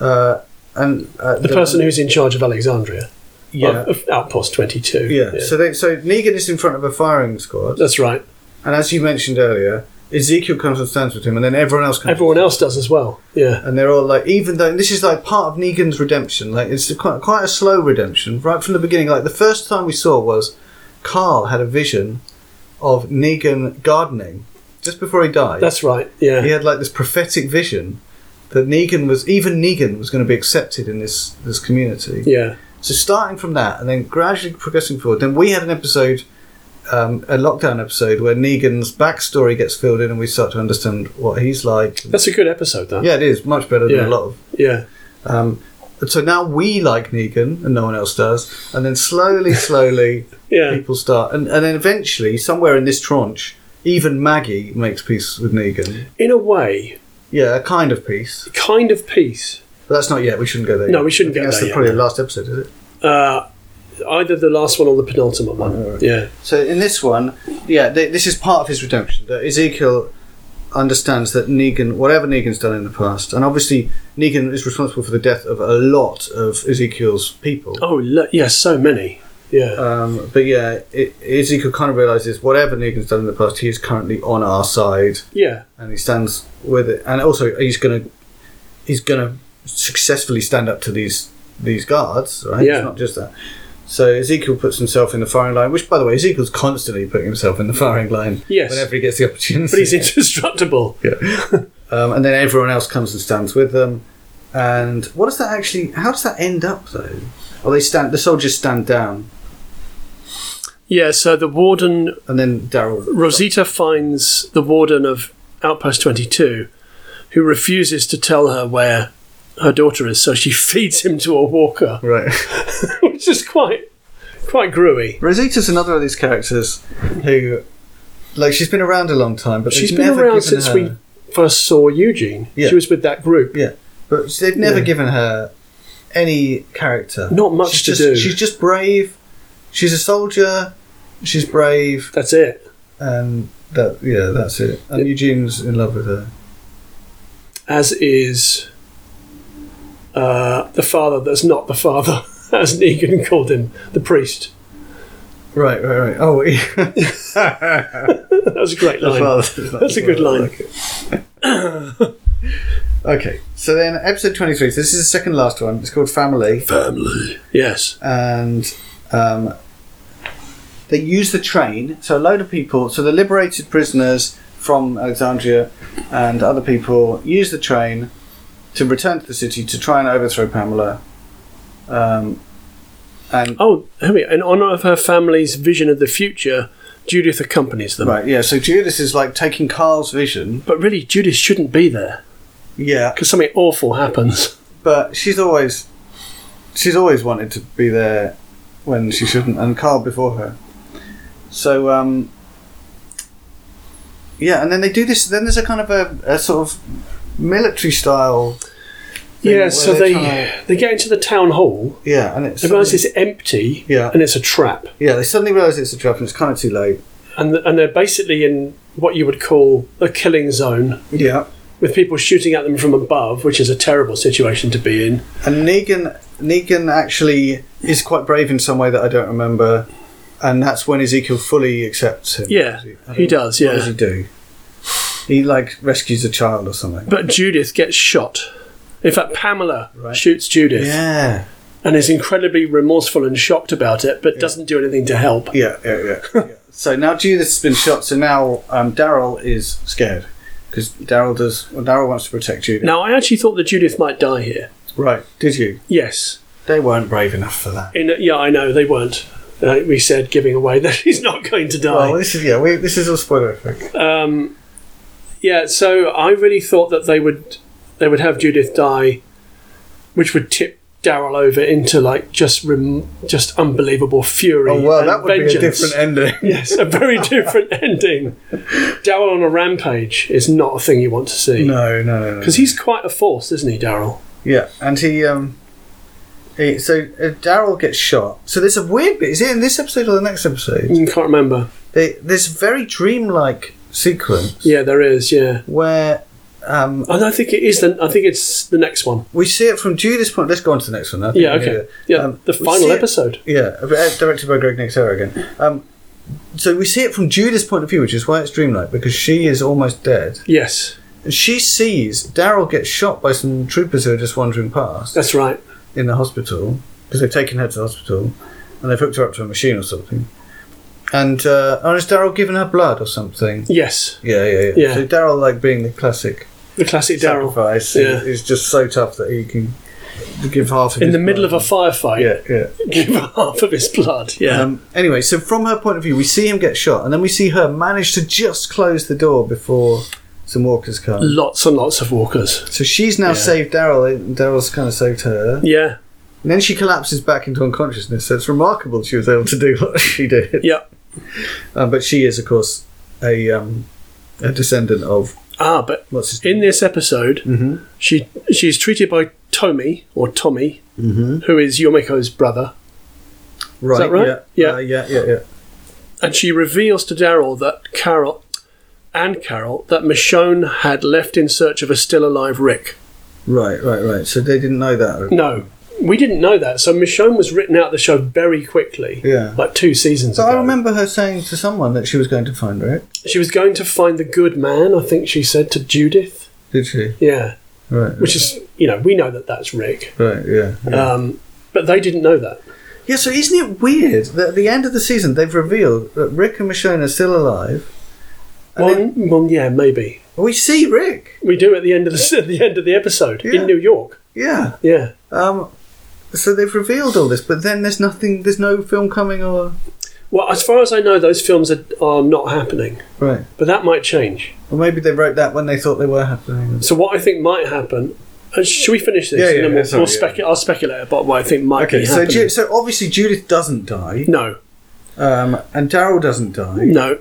A: Uh, and uh,
B: the person who's in charge of Alexandria,
A: yeah.
B: of, of Outpost Twenty Two.
A: yeah, So they, so Negan is in front of a firing squad,
B: that's right.
A: and as you mentioned earlier, Ezekiel comes and stands with him, and then everyone else comes.
B: Everyone else does as well. Yeah,
A: and they're all like, even though this is like part of Negan's redemption, like it's quite quite a slow redemption right from the beginning. Like the first time we saw was Carl had a vision of Negan gardening just before he died.
B: that's right. Yeah,
A: he had like this prophetic vision that Negan was even Negan was going to be accepted in this this community.
B: yeah.
A: So starting from that, and then gradually progressing forward. Then we had an episode, um, a lockdown episode, where Negan's backstory gets filled in, and we start to understand what he's like.
B: That's a good episode. That.
A: Yeah, it is much better than
B: Yeah.
A: a lot of
B: yeah.
A: um, so now we like Negan and no one else does. And then slowly, slowly,
B: Yeah.
A: people start. And, and then eventually, somewhere in this tranche, even Maggie makes peace with Negan.
B: In a way,
A: Yeah, a kind of peace.
B: kind of peace.
A: But that's not yet. We shouldn't go there.
B: No,
A: yet.
B: we shouldn't
A: I think
B: get
A: that's
B: there
A: the-
B: yet,
A: probably the last episode, is it?
B: Uh, either the last one or the penultimate one.
A: Oh, right.
B: Yeah,
A: So in this one, yeah, th this is part of his redemption. That Ezekiel understands that Negan, whatever Negan's done in the past, and obviously Negan is responsible for the death of a lot of Ezekiel's people.
B: Oh, lo- yeah, so many. Yeah.
A: Um, but yeah, it, Ezekiel kind of realizes whatever Negan's done in the past, he is currently on our side,
B: yeah.
A: and he stands with it. And also, he's gonna he's gonna successfully stand up to these these guards. Right?
B: Yeah.
A: It's not just that. So Ezekiel puts himself in the firing line, which, by the way, Ezekiel's constantly putting himself in the firing line
B: Yes.
A: whenever he gets the opportunity.
B: But he's indestructible.
A: um, and then everyone else comes and stands with them. And what does that actually? How does that end up though? Well, they stand. The soldiers stand down,
B: Yeah, so the warden,
A: and then Daryl
B: Rosita finds the warden of Outpost 22, who refuses to tell her where her daughter is, so she feeds him to a walker,
A: Right.
B: which is quite, quite gruey.
A: Rosita's another of these characters who, like, she's been around a long time, but
B: She's
A: they've
B: been
A: never
B: around
A: given
B: since
A: her,
B: we first saw Eugene.
A: Yeah.
B: She was with that group.
A: Yeah, but they've never
B: Yeah.
A: given her any character.
B: Not much
A: She's
B: to
A: just,
B: do.
A: She's just brave. She's a soldier. She's brave,
B: That's it.
A: and that yeah, that's it. And Eugene's in love with her.
B: As is uh, the father that's not the father, as Negan called him, the priest.
A: Right, right, right. Oh, yeah.
B: That was a great line.
A: that's
B: That's a good line.
A: Okay, so then episode twenty-three. So this is the second last one. It's called Family.
B: Family. Yes.
A: and um, they use the train. So a load of people, so the liberated prisoners from Alexandria and other people use the train to return to the city to try and overthrow Pamela. Um, and
B: Oh, here we are. in honor of her family's vision of the future, Judith accompanies them.
A: right, yeah. So Judas is like taking Carl's vision.
B: But really, Judith shouldn't be there
A: Yeah,
B: because something awful happens.
A: but she's always she's always wanted to be there when she shouldn't, and Carl before her. So um, yeah, and then they do this. Then there's a kind of a, a sort of military style. thing
B: yeah,
A: where
B: so
A: they're
B: they
A: trying
B: they get into the town hall.
A: to- yeah, and it's
B: They realise it's empty
A: Yeah.
B: and it's a trap.
A: yeah they suddenly realise it's a trap, and it's kind of too late.
B: And, th- and they're basically in what you would call a killing zone
A: Yeah,
B: with people shooting at them from above, which is a terrible situation to be in.
A: and Negan Negan actually is quite brave in some way that I don't remember, and that's when Ezekiel fully accepts him.
B: Yeah,
A: I
B: he
A: don't-
B: does,
A: What does
B: yeah.
A: he do? He like rescues a child or something.
B: But Judith gets shot. In fact, Pamela
A: Right.
B: shoots Judith.
A: Yeah.
B: and is incredibly remorseful and shocked about it, but doesn't do anything to help.
A: Yeah, yeah, yeah. yeah. So now Judith has been shot. So now um, Daryl is scared because Daryl does. Well, Daryl wants to protect Judith.
B: Now, I actually thought that Judith might die here.
A: Right? Did you?
B: Yes.
A: They weren't brave enough for that.
B: In, yeah, I know, they weren't. Uh, we said giving away that he's not going to die.
A: Well, this is yeah. We, this is all spoilerific.
B: um, yeah, so I really thought that they would they would have Judith die, which would tip Daryl over into like just rem- just unbelievable fury.
A: Oh well,
B: and
A: that would be a
B: vengeance.
A: different ending.
B: Yes, a very different ending. Daryl on a rampage is not a thing you want to see.
A: no, no, no, no.
B: Because he's quite a force, isn't he, Daryl?
A: yeah, and he um. He, so uh, Daryl gets shot. So there's a weird bit. Is it in this episode or the next episode?
B: Mm, Can't remember.
A: They, this very dreamlike sequence
B: Yeah, there is. Yeah,
A: where um,
B: and I think it is. The, I think it's the next one.
A: we see it from Judas' point. Let's go on to the next one. I think
B: Yeah.
A: we need
B: Okay.
A: it.
B: Yeah,
A: Um,
B: the
A: we
B: final
A: see it-
B: episode.
A: Yeah, uh, directed by Greg Nicotero again. Um, so we see it from Judas' point of view, which is why it's dreamlike because she is almost dead.
B: Yes,
A: And she sees Daryl get shot by some troopers who are just wandering past
B: that's right.
A: in the hospital because they've taken her to the hospital and they've hooked her up to a machine or something. And uh, oh, is Daryl giving her blood or something?
B: Yes,
A: Yeah, yeah, yeah.
B: Yeah.
A: So Daryl, like being the classic
B: the classic Daryl
A: sacrifice,
B: Yeah.
A: is just so tough that he can give half of
B: in
A: his
B: the middle of
A: blood.
B: a firefight.
A: yeah, yeah.
B: give half of his blood. Yeah.
A: Um, anyway, so from her point of view, we see him get shot, and then we see her manage to just close the door before some walkers come.
B: lots and lots of walkers.
A: So she's now saved Daryl, and Daryl's kind of saved her.
B: Yeah.
A: And then she collapses back into unconsciousness. So it's remarkable she was able to do what she did.
B: Yeah.
A: Um, but she is, of course, a um, a descendant of
B: Ah, but
A: what's his
B: in this episode,
A: Mhm.
B: she she's treated by Tommy or Tommy, who is Yomiko's brother,
A: right?
B: that right?
A: Yeah,
B: Yeah.
A: Uh, yeah, yeah, yeah.
B: and she reveals to Daryl that Carol and Carol that Michonne had left in search of a still alive Rick.
A: Right, right, right. So they didn't know that.
B: No, we didn't know that. So Michonne was written out of the show very quickly.
A: Yeah.
B: Like two seasons
A: So
B: ago.
A: I remember her saying to someone that she was going to find Rick.
B: She was going to find the good man, I think she said to Judith.
A: Did she?
B: Yeah.
A: Right.
B: Which is, you know, we know that that's Rick.
A: Right. Yeah. yeah.
B: Um, but they didn't know that.
A: Yeah, so isn't it weird that at the end of the season they've revealed that Rick and Michonne are still alive?
B: Well, well, yeah, maybe
A: We see Rick.
B: we do at the end of the, at the end of the episode
A: Yeah.
B: in New York.
A: Yeah.
B: Yeah,
A: Um, so they've revealed all this, but then there's nothing. There's no film coming or
B: well, as far as I know, those films are, are not happening,
A: right.
B: but that might change.
A: Or maybe they wrote that when they thought they were happening.
B: So what I think might happen. Uh, should we finish this?
A: Yeah,
B: and
A: yeah,
B: then
A: yeah,
B: we'll,
A: sorry,
B: we'll specu- I'll speculate about what I think might
A: Okay.
B: be
A: So
B: happening.
A: Ju- so obviously Judith doesn't die,
B: no,
A: um, and Daryl doesn't die.
B: no,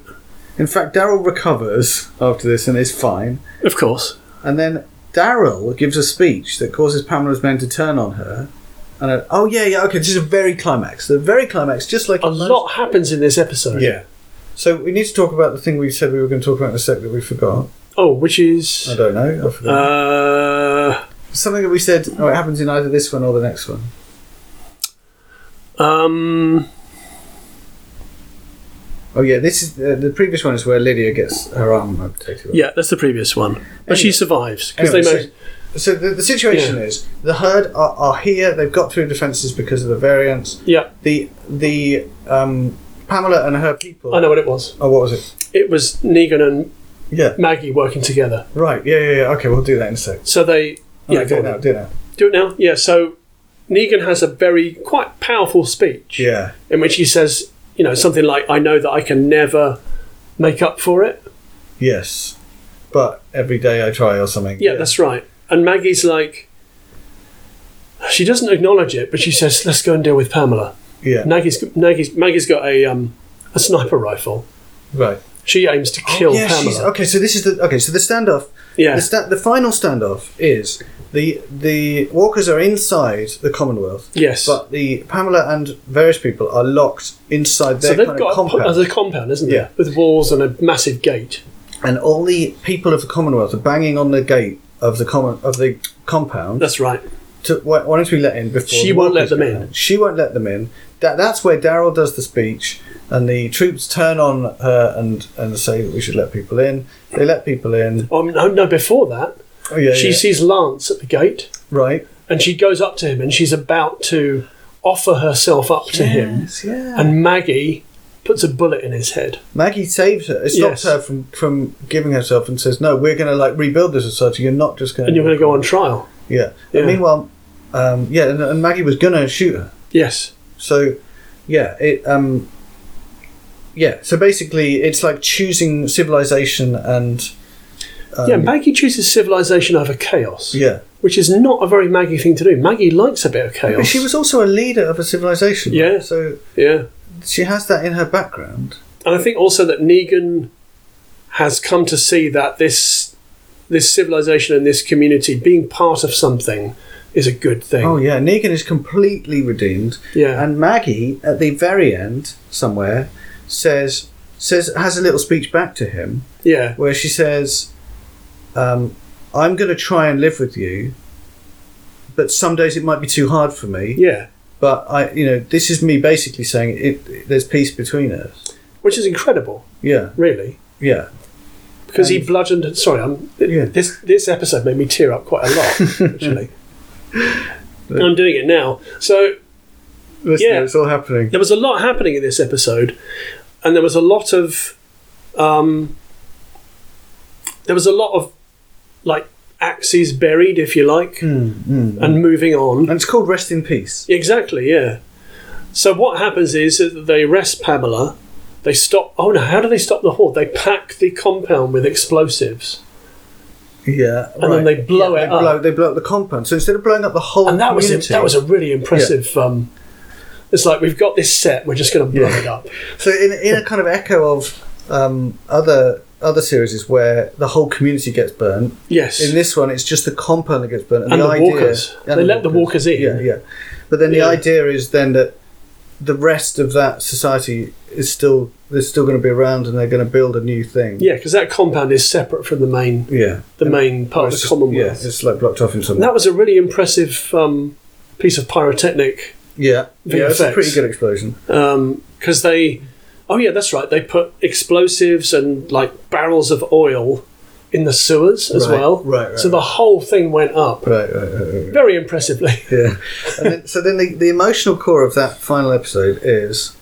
A: In fact, Daryl recovers after this and is fine.
B: of course.
A: And then Daryl gives a speech that causes Pamela's men to turn on her. And uh, oh yeah, yeah, okay, this is a very climax. The very climax, just like
B: A
A: in most-
B: lot happens in this episode.
A: Yeah. So we need to talk about the thing we said we were going to talk about in a sec that we forgot.
B: Oh, which
A: I
B: is
A: don't know. I forgot.
B: uh,
A: Something that we said. Oh, it happens in either this one or the next one.
B: um,
A: Oh yeah, this is uh, the previous one is where Lydia gets her arm amputated.
B: yeah, that's the previous one. But she survives because
A: Anyway,
B: they
A: so-
B: managed.
A: So the, the situation
B: Yeah.
A: is the herd are, are here. They've got through defences because of the variants.
B: Yeah,
A: The the um, Pamela and her people.
B: I know what it was.
A: Oh, what was it?
B: It was Negan and
A: Yeah.
B: Maggie working together.
A: Right. Yeah. Yeah. yeah. Okay. We'll do that in a sec.
B: So they yeah,
A: Alright,
B: go
A: do
B: on.
A: it now. Do it now.
B: Do it now. Yeah. So Negan has a very quite powerful speech
A: Yeah.
B: in which he says, you know, something like, "I know that I can never make up for it."
A: Yes. But every day I try or something.
B: Yeah, that's right. And Maggie's like, she doesn't acknowledge it, but she says, "Let's go and deal with Pamela."
A: yeah.
B: Maggie's Maggie's Maggie's got a um, a sniper rifle.
A: Right.
B: She aims to kill
A: Oh, yeah,
B: Pamela.
A: she's okay. So this is the okay. So the standoff,
B: Yeah.
A: the, sta- the final standoff is the the walkers are inside the Commonwealth,
B: Yes.
A: but the Pamela and various people are locked inside
B: so
A: their
B: they've
A: kind
B: got
A: of compound,
B: a, a compound, isn't
A: Yeah.
B: there, with walls and a massive gate.
A: and all the people of the Commonwealth are banging on the gate of the common of the compound.
B: That's right.
A: to, why, why don't we let in before
B: She
A: the
B: won't
A: walkers
B: let them
A: get
B: in.
A: out? She won't let them in. That that's where Daryl does the speech, and the troops turn on her and and say that we should let people in. They let people in.
B: Oh no, no! Before that,
A: Oh yeah,
B: she
A: yeah.
B: sees Lance at the gate.
A: right.
B: and she goes up to him and she's about to offer herself up to him
A: Yes, yeah.
B: and maggie puts a bullet in his head
A: Maggie saves her. It stops
B: Yes.
A: her from, from giving herself and says, "No, we're going to like rebuild the society. You're not just going."
B: and you're going to go on trial
A: Yeah. And
B: Yeah.
A: meanwhile, um, yeah, and, and Maggie was going to shoot her.
B: yes
A: So, yeah, it. Um, yeah. So basically, it's like choosing civilization and. Um,
B: yeah maggie chooses civilization over chaos
A: Yeah.
B: which is not a very maggie thing to do maggie likes a bit of chaos
A: But she was also a leader of a civilization. right?
B: Yeah.
A: So
B: yeah
A: she has that in her background.
B: and i think also that negan has come to see that this this civilization and this community being part of something is a good thing
A: Oh yeah, Negan is completely redeemed.
B: yeah
A: And Maggie, at the very end, somewhere, says, says has a little speech back to him
B: Yeah.
A: where she says, um, "I'm going to try and live with you, but some days it might be too hard for me.
B: Yeah.
A: But I, you know, this is me basically saying it, it- there's peace between us.
B: Which is incredible,
A: Yeah,
B: really.
A: yeah,
B: Because he bludgeoned. Sorry, I'm,
A: Yeah.
B: this this episode made me tear up quite a lot, actually. And I'm doing it now. So
A: Listen,
B: Yeah.
A: it's all happening.
B: there was a lot happening in this episode, and there was a lot of, um, there was a lot of, like axes buried, if you like, and moving on.
A: And it's called Rest in Peace.
B: Exactly, yeah. So what happens is that they arrest Pamela. They stop. Oh no! How do they stop the horde? They pack the compound with explosives,
A: Yeah,
B: And then they blow
A: Yeah,
B: it
A: they
B: up.
A: Blow, they blow up the compound. So instead of blowing up the whole,
B: and that was a,
A: community-
B: that was a really impressive. Um, it's like we've got this set. We're just going to blow
A: Yeah.
B: it up.
A: So in, in a kind of echo of um, other other series where the whole community gets burnt.
B: Yes.
A: In this one, it's just the compound that gets burnt, and,
B: And
A: the
B: the
A: idea,
B: walkers. They let the walkers in.
A: Yeah, yeah. But then the
B: Yeah.
A: idea is then that the rest of that society is still they're still going to be around, and they're going to build a new thing.
B: yeah, because that compound is separate from the main
A: yeah.
B: the main part of
A: It's
B: the
A: just-
B: Commonwealth.
A: Yeah, it's just like blocked off in some.
B: And that was a really impressive um, piece of pyrotechnic
A: yeah, yeah, it's a
B: VFX.
A: pretty good explosion.
B: because they, oh yeah, that's right. They put explosives and like barrels of oil in the sewers as
A: Right,
B: well.
A: right, right,
B: So the whole thing went up
A: Right, right, right. right.
B: very impressively.
A: Yeah. And then, so then the, the emotional core of that final episode is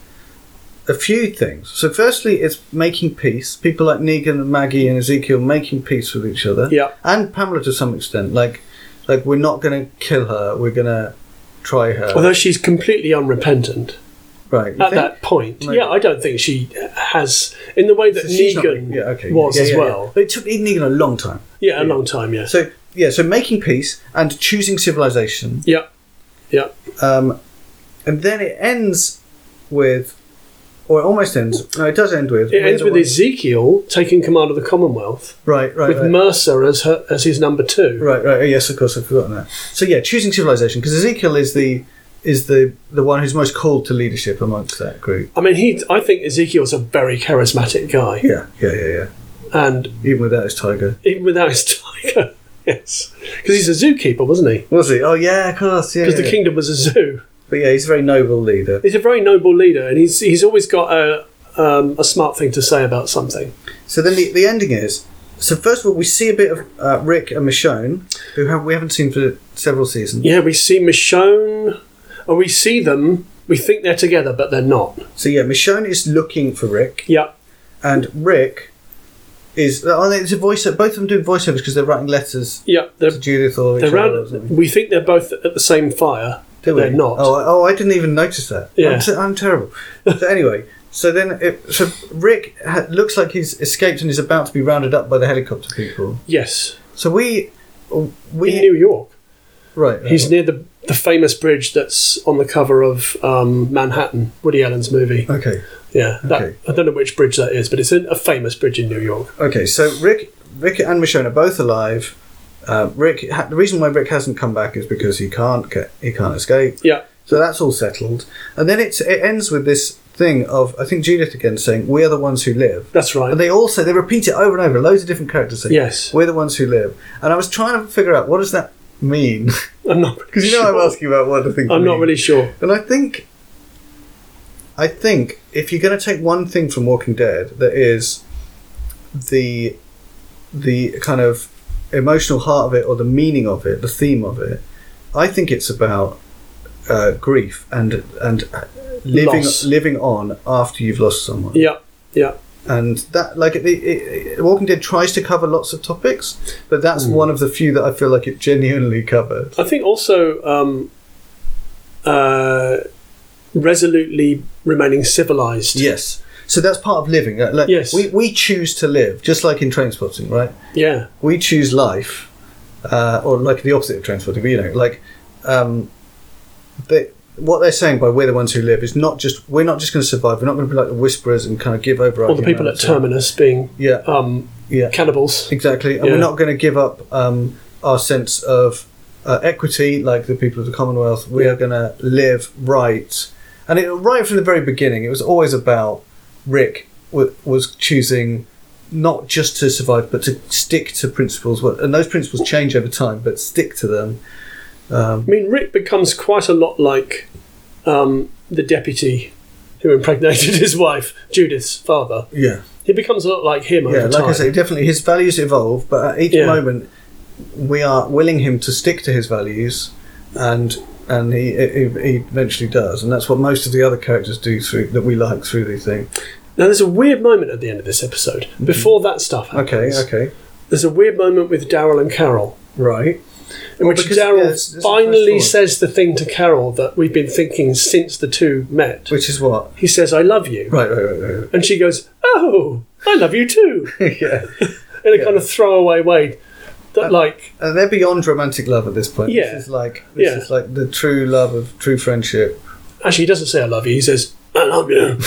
A: a few things. So firstly, it's making peace. People like Negan and Maggie and Ezekiel making peace with each other.
B: Yeah.
A: And Pamela to some extent. Like, like we're not going to kill her. We're going to try her.
B: Although she's completely unrepentant
A: right. you
B: at
A: think?
B: that point.
A: Maybe.
B: Yeah, I don't think she has in the way that
A: So she's not-
B: Negan
A: yeah, okay,
B: was
A: yeah,
B: as
A: yeah, yeah.
B: well.
A: But it took Negan a long time.
B: Yeah, a long time. Yeah.
A: So yeah, so making peace and choosing civilization.
B: yeah. Yeah.
A: Um, and then it ends with, or it almost ends. No, it does end with.
B: It ends
A: the
B: with
A: one-
B: Ezekiel taking command of the Commonwealth
A: Right, right,
B: with
A: right.
B: Mercer as her, as his number two.
A: right, right. Oh, Yes, of course, I've forgotten that. So yeah, choosing civilization because Ezekiel is the is the the one who's most called to leadership amongst that group.
B: I mean, he. I think Ezekiel's a very charismatic guy,
A: Yeah, yeah, yeah, yeah.
B: and
A: Even without his tiger,
B: even without his tiger, yes, because he's a zookeeper, wasn't he?
A: was he? Oh yeah, of course, yeah.
B: Because
A: yeah.
B: the kingdom was a zoo.
A: But yeah, he's a very noble leader.
B: He's a very noble leader, and he's he's always got a um, a smart thing to say about something.
A: So then the, the ending is. So first of all, we see a bit of uh, Rick and Michonne, who have, we haven't seen for several seasons.
B: Yeah, we see Michonne, or we see them. We think they're together, but they're not.
A: So yeah, Michonne is looking for Rick.
B: Yeah,
A: and Rick is. Oh, it's a voice. Both of them doing voiceovers because they're writing letters
B: yeah, they're
A: to Judith or each
B: they're
A: other or
B: round,
A: something.
B: We think they're both at the same fire.
A: Do we?
B: they're not.
A: Oh, I- oh, I didn't even notice that.
B: Yeah.
A: I'm, t- I'm terrible. so anyway, so then, it, so Rick ha- looks like he's escaped and is about to be rounded up by the helicopter people.
B: Yes,
A: So we, we
B: in New York.
A: right.
B: He's near the the famous bridge that's on the cover of um, Manhattan, Woody Allen's movie.
A: okay.
B: Yeah, that,
A: Okay.
B: I don't know which bridge that is, but it's in a famous bridge in New York.
A: Okay, so Rick, Rick and Michonne are both alive. Uh, Rick, ha- the reason why Rick hasn't come back is because he can't get, he can't escape.
B: Yeah,
A: So that's all settled, and then it's, it ends with this thing of I think Judith again saying, "We are the ones who live,"
B: that's right.
A: and they also they repeat it over and over. Loads of different characters saying,
B: Yes.
A: we're the ones who live." And I was trying to figure out what does that mean
B: I'm not
A: because
B: really
A: you know
B: sure.
A: I'm asking about what the thing.
B: I'm not really sure.
A: And I think, I think if you're going to take one thing from Walking Dead, that is the the kind of emotional heart of it, or the meaning of it, the theme of it. I think it's about uh, grief and and living
B: Loss.
A: living on after you've lost someone.
B: Yeah, yeah,
A: And that like it, it, it- Walking Dead tries to cover lots of topics, but
B: Mm.
A: that's one of the few that I feel like it genuinely covers.
B: I think also um, uh, resolutely remaining civilized.
A: Yes. So that's part of living. uh, Like,
B: Yes.
A: We, we choose to live, just like in train spotting, right?
B: yeah,
A: We choose life, uh, or like the opposite of train spotting, but you know, like, um, they, what they're saying by we're the ones who live is not just, we're not just going to survive, we're not going to be like the whisperers and kind of give over our
B: all the people at
A: humanity.
B: Terminus being
A: Yeah,
B: um,
A: yeah,
B: cannibals.
A: exactly. And
B: Yeah.
A: we're not going to give up um, our sense of uh, equity like the people of the Commonwealth. We are going to live right. And it, right from the very beginning, it was always about Rick wa- was choosing not just to survive, but to stick to principles. Well, And those principles change over time, but stick to them.
B: I mean, Rick becomes quite a lot like um, the deputy who impregnated his wife, Judith's father.
A: Yeah,
B: He becomes a lot like him
A: yeah.
B: over
A: Like
B: time.
A: I say, definitely his values evolve, but at each
B: Yeah.
A: moment we are willing him to stick to his values, and and he, he he eventually does, and that's what most of the other characters do through that we like through these things.
B: Now, there's a weird moment at the end of this episode. Before that stuff
A: Mm-hmm. Okay,
B: happens,
A: okay,
B: there's a weird moment with Daryl and Carol,
A: right.
B: in which
A: because-
B: Daryl
A: yeah, it's- it's a
B: finally
A: flash
B: says the thing to Carol that we've been thinking since the two met.
A: Which is what?
B: He says, I love you.
A: Right, right, right, right.
B: And she goes, Oh, I love you too.
A: right. yeah.
B: In a kind of throwaway way. That, like,
A: Uh, they're beyond romantic love at this point.
B: Yeah.
A: This is like this
B: Yeah.
A: is like the true love of true friendship.
B: actually, he doesn't say I love you. He says, I love you.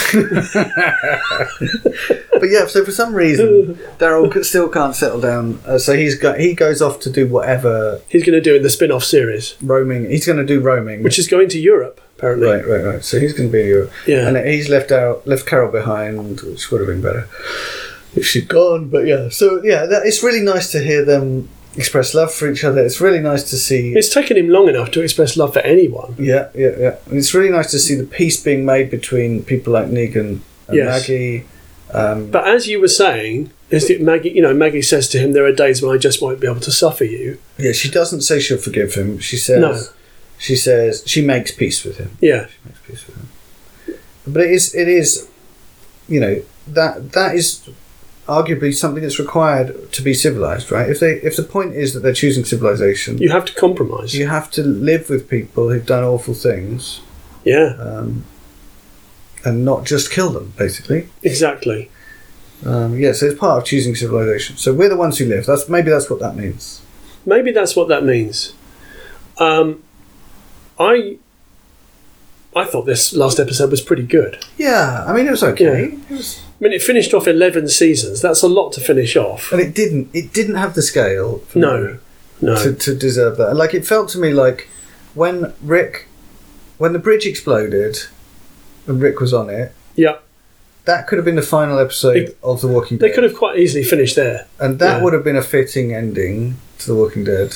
A: But yeah, so for some reason, Daryl c- still can't settle down. Uh, so he's got he goes off to do whatever
B: He's going to do in the spin off series,
A: roaming. He's going to do roaming.
B: which is going to Europe, apparently.
A: right, right, right. So he's going to be in Europe.
B: Yeah.
A: And he's left out left Carol behind, which would have been better if she'd gone. But yeah, so yeah, that, it's really nice to hear them express love for each other. It's really nice to see
B: It's taken him long enough to express love for anyone.
A: Yeah, yeah, yeah. And it's really nice to see the peace being made between people like Negan and
B: Yes.
A: Maggie. Um,
B: But as you were saying, is that Maggie, you know, Maggie says to him, There are days when I just won't be able to suffer you.
A: yeah, she doesn't say she'll forgive him. She says
B: No.
A: she says she makes peace with him.
B: Yeah.
A: Makes peace with him. But it is it is you know, that that is arguably something that's required to be civilized, right? If they if the point is that they're choosing civilization,
B: You have to compromise.
A: you have to live with people who've done awful things
B: yeah,
A: um, and not just kill them, basically.
B: exactly.
A: Um, yeah, so it's part of choosing civilization. So we're the ones who live. That's maybe that's what that means.
B: Maybe that's what that means. Um, I I thought this last episode was pretty good.
A: Yeah, I mean it was okay, it was,
B: I mean, it finished off eleven seasons. That's a lot to finish off.
A: and it didn't. It didn't have the scale. For me
B: No, no.
A: to, to deserve that. Like it felt to me like when Rick, when the bridge exploded, and Rick was on it.
B: yeah,
A: That could have been the final episode
B: They-
A: of The Walking Dead.
B: they could have quite easily finished there,
A: and that
B: yeah.
A: would have been a fitting ending to The Walking Dead.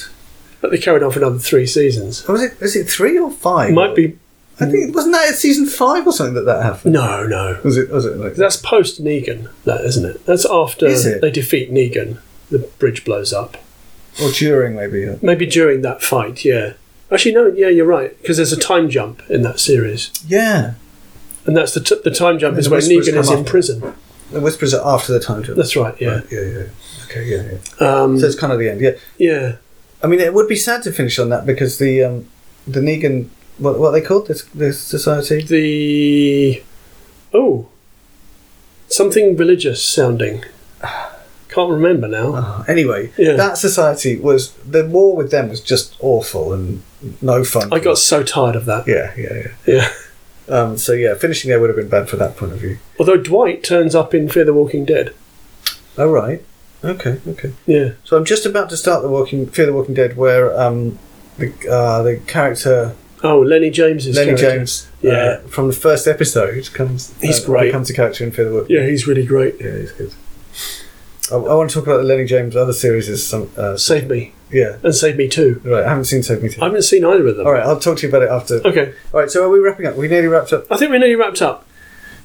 B: but they carried on for another three seasons.
A: Or was it? Is it three or five?
B: It might be
A: I think wasn't that season five or something that that happened.
B: no, no.
A: Was it? Was it like
B: That's post Negan, that isn't it? That's after
A: Is it?
B: they defeat Negan. The bridge blows up.
A: or during maybe? uh,
B: Maybe during that fight. Yeah. Actually, no. Yeah, you're right. Because there's a time jump in that series.
A: Yeah.
B: And that's the, t- the time jump
A: And
B: is
A: the
B: when
A: whispers
B: Negan
A: come
B: is in
A: up.
B: prison.
A: The whispers are after the time jump.
B: That's right, yeah.
A: yeah, yeah. Okay, yeah, yeah.
B: Um,
A: So it's kind of the end. Yeah,
B: yeah.
A: I mean, it would be sad to finish on that because the um, the Negan, what what are they called this this society?
B: The. Oh. Something religious sounding. Can't remember now.
A: Ah, anyway,
B: Oh, Yeah.
A: that society was the war with them was just awful and no fun.
B: I got so tired of that.
A: yeah, yeah,
B: Yeah.
A: yeah. Um, so yeah, finishing there would have been bad for that point of view.
B: Although Dwight turns up in Fear the Walking Dead.
A: All right. Okay. Okay.
B: Yeah.
A: So I'm just about to start the Walking Fear the Walking Dead, where um, the uh, the character
B: Oh, Lenny James is.
A: Lenny
B: character.
A: James,
B: Yeah.
A: uh, from the first episode comes.
B: He's
A: uh,
B: great.
A: Becomes a character in Fear the Walking.
B: Yeah, he's really great.
A: yeah, he's good. I, I want to talk about the Lenny James other series. Is some uh,
B: Save Me.
A: yeah.
B: And Save Me Too.
A: Right, I haven't seen Save Me Too.
B: I haven't seen either of them.
A: All right, I'll talk to you about it after.
B: Okay.
A: All right, so are we wrapping up? We nearly wrapped up.
B: I think we're nearly wrapped up.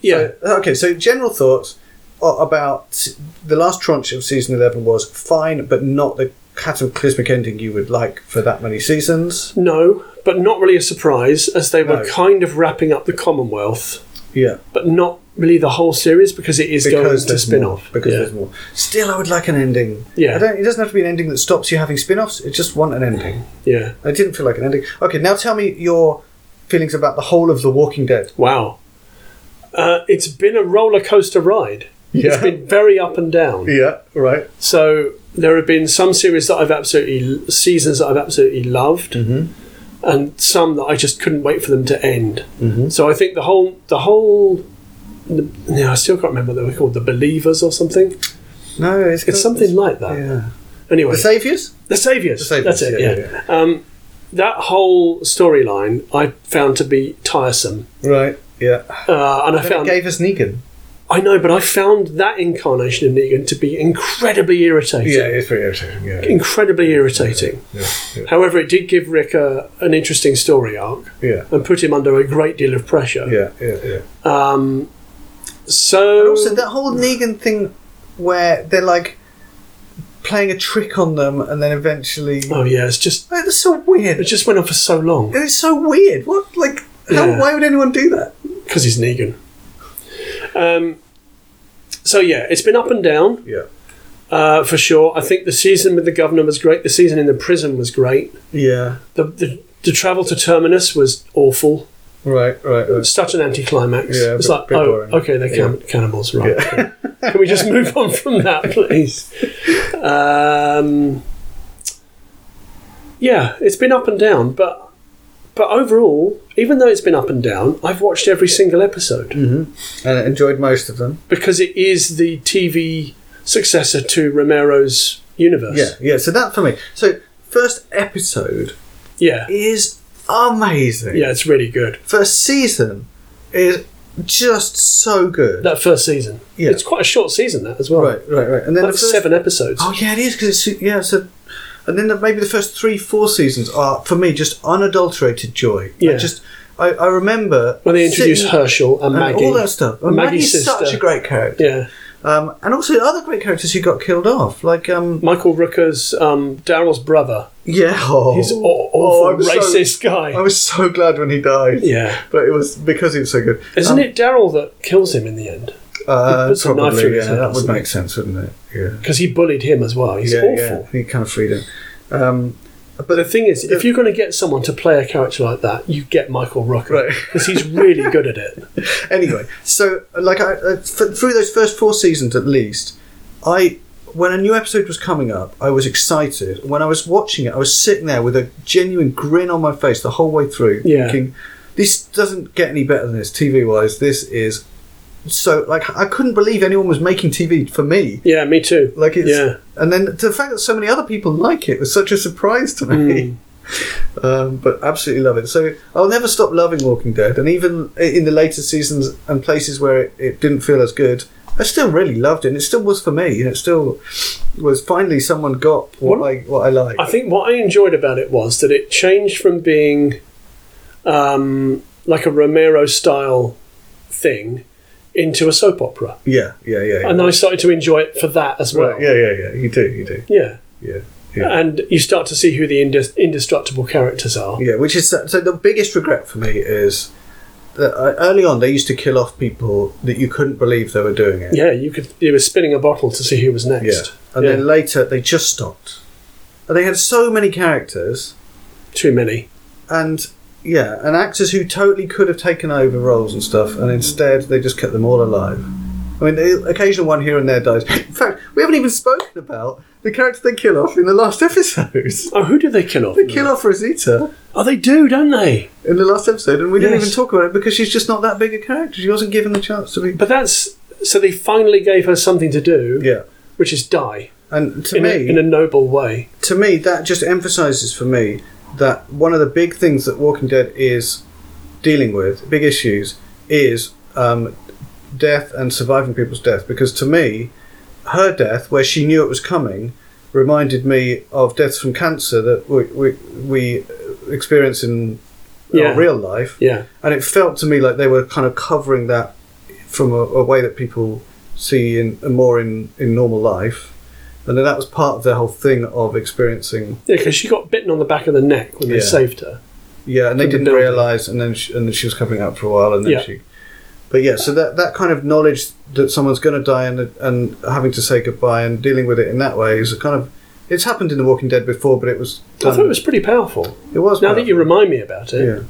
B: Yeah.
A: Uh, okay, so general thoughts a- about the last tranche of season eleven was fine, but not the cataclysmic ending you would like for that many seasons.
B: No, but not really a surprise, as they were
A: No.
B: kind of wrapping up the Commonwealth.
A: Yeah,
B: but not really the whole series because it is
A: because
B: going to
A: there's
B: spin
A: more,
B: off.
A: Because
B: Yeah.
A: there's more. Still, I would like an ending.
B: Yeah.
A: I don't, it doesn't have to be an ending that stops you having spin-offs. It just want an ending.
B: yeah.
A: I didn't feel like an ending. Okay, now tell me your feelings about the whole of The Walking Dead.
B: Wow. Uh, it's been a roller coaster ride. It's
A: Yeah.
B: been very up and down.
A: Yeah, right.
B: So there have been some series that I've absolutely seasons that I've absolutely loved,
A: Mm-hmm.
B: and some that I just couldn't wait for them to end.
A: Mm-hmm.
B: So I think the whole the whole. The, yeah, I still can't remember what they were called. The Believers or something.
A: No, it's,
B: It's something like that.
A: Uh, Yeah.
B: Anyway,
A: The Saviors.
B: The Saviors.
A: The Saviors,
B: That's it.
A: yeah,
B: Yeah. Um, that whole storyline I found to be tiresome,
A: Right. Yeah.
B: uh,
A: And
B: and I
A: it
B: found
A: gave us Negan.
B: I know, but I found that incarnation of Negan to be incredibly irritating.
A: Yeah, it's pretty irritating. Yeah,
B: Incredibly irritating.
A: yeah, yeah,
B: However, it did give Rick a, an interesting story arc
A: yeah,
B: and put him under a great deal of pressure.
A: yeah, yeah, yeah.
B: Um, so,
A: Also, that whole Negan thing where they're like playing a trick on them, and then eventually
B: oh yeah, it's just
A: Like, that's so weird.
B: it just went on for so long
A: It's so weird. What? Like, how,
B: Yeah.
A: why would anyone do that?
B: because he's Negan. Um, so yeah, it's been up and down.
A: Yeah.
B: Uh, for sure. I think the season with the governor was great. The season in the prison was great.
A: Yeah.
B: The the, the travel to Terminus was awful.
A: Right. Right. right.
B: Such an anticlimax.
A: Yeah,
B: it's
A: bit-
B: like,
A: bit
B: oh,
A: boring.
B: okay, they're can- cannibals, right? okay. Can we just move on from that, please? Um, yeah, it's been up and down, but but overall, even though it's been up and down, I've watched every single episode
A: Mm. And I enjoyed most of them.
B: because it is the TV successor to Romero's universe.
A: Yeah. Yeah. So that for me. So first episode
B: Yeah.
A: is amazing.
B: Yeah, it's really good.
A: First season is just so good.
B: That first season.
A: Yeah.
B: It's quite a short season, that as well.
A: Right. Right. Right. And then
B: That
A: the
B: was
A: first,
B: seven episodes.
A: Oh yeah, it is because it's yeah. So. And then the, maybe the first three, four seasons are for me just unadulterated joy. I
B: Yeah.
A: just I, I remember
B: when they introduced
A: sitting-
B: Herschel and
A: and
B: Maggie.
A: all that stuff. And Maggie's,
B: Maggie's
A: such
B: sister.
A: a great character.
B: Yeah.
A: Um, and also the other great characters who got killed off, like um,
B: Michael Rooker's um, Daryl's brother.
A: yeah, oh,
B: He's an aw-
A: Oh, I
B: awful
A: was so-
B: racist guy.
A: I was so glad when he died.
B: yeah.
A: but it was because he was so good. Um,
B: Isn't it Daryl that kills him in the end?
A: Uh,
B: puts a knife
A: probably,
B: through his
A: yeah,
B: head,
A: that would
B: doesn't
A: make sense, wouldn't it? Yeah,
B: Because he bullied him as well. He's
A: yeah,
B: awful.
A: yeah. He kind of freed him. Um,
B: But the thing is, if you're going to get someone to play a character like that, you get Michael Rooker
A: Right.
B: because he's really good at it.
A: anyway, so like I, uh, f- through those first four seasons at least, I when a new episode was coming up, I was excited. When I was watching it, I was sitting there with a genuine grin on my face the whole way through,
B: Yeah.
A: thinking, "This doesn't get any better than this TV wise. This is." So like I couldn't believe anyone was making TV for me.
B: Yeah, me too.
A: Like it's
B: Yeah.
A: and then the fact that so many other people like it was such a surprise to me.
B: Hmm.
A: Um, but absolutely love it. So I'll never stop loving Walking Dead, and even i- in the later seasons and places where it, it didn't feel as good, I still really loved it. and It still was for me, and it still was. Finally, someone got what
B: What-
A: I what I like.
B: I think what I enjoyed about it was that it changed from being um, like a Romero style thing into a soap opera.
A: yeah, yeah, yeah, yeah.
B: And I started to enjoy it for that as well.
A: Right, yeah, yeah, yeah. You do, you do.
B: Yeah.
A: Yeah, yeah.
B: And you start to see who the indest- indestructible characters are.
A: Yeah, which is so so the biggest regret for me is that uh, early on they used to kill off people that you couldn't believe they were doing it.
B: Yeah, you could. You were spinning a bottle to see who was
A: Yeah.
B: next.
A: And then later they just stopped. And they had so many characters
B: too many.
A: and yeah, and actors who totally could have taken over roles and stuff, and instead they just kept them all alive. I mean, the occasional one here and there dies. In fact, we haven't even spoken about the character they kill off in the last episode.
B: Oh, who do they kill off?
A: They kill off Rosita
B: oh, they do, don't they?
A: in the last episode, and we didn't
B: Yes.
A: even talk about it because she's just not that big a character. She wasn't given the chance to be.
B: But that's so they finally gave her something to do,
A: Yeah,
B: which is die
A: and to
B: in,
A: me,
B: a, in a noble way.
A: to me, that just emphasizes for me that one of the big things that Walking Dead is dealing with, big issues, is um, death and surviving people's death. Because to me, her death, where she knew it was coming, reminded me of deaths from cancer that we, we, we experience in
B: Yeah.
A: our real life.
B: Yeah,
A: And it felt to me like they were kind of covering that from a, a way that people see in more in, in normal life. And then that was part of their whole thing of experiencing
B: yeah, because she got bitten on the back of the neck when they
A: Yeah.
B: saved her.
A: Yeah, and they
B: from the
A: didn't
B: building.
A: realise, and then she, and then she was covering it up for a while, and then
B: Yeah.
A: she. But yeah, so that that kind of knowledge that someone's going to die and and having to say goodbye and dealing with it in that way is a kind of it's happened in The Walking Dead before, but it was
B: I thought it was pretty powerful.
A: it was
B: Now that you
A: powerful.
B: remind me about it,
A: yeah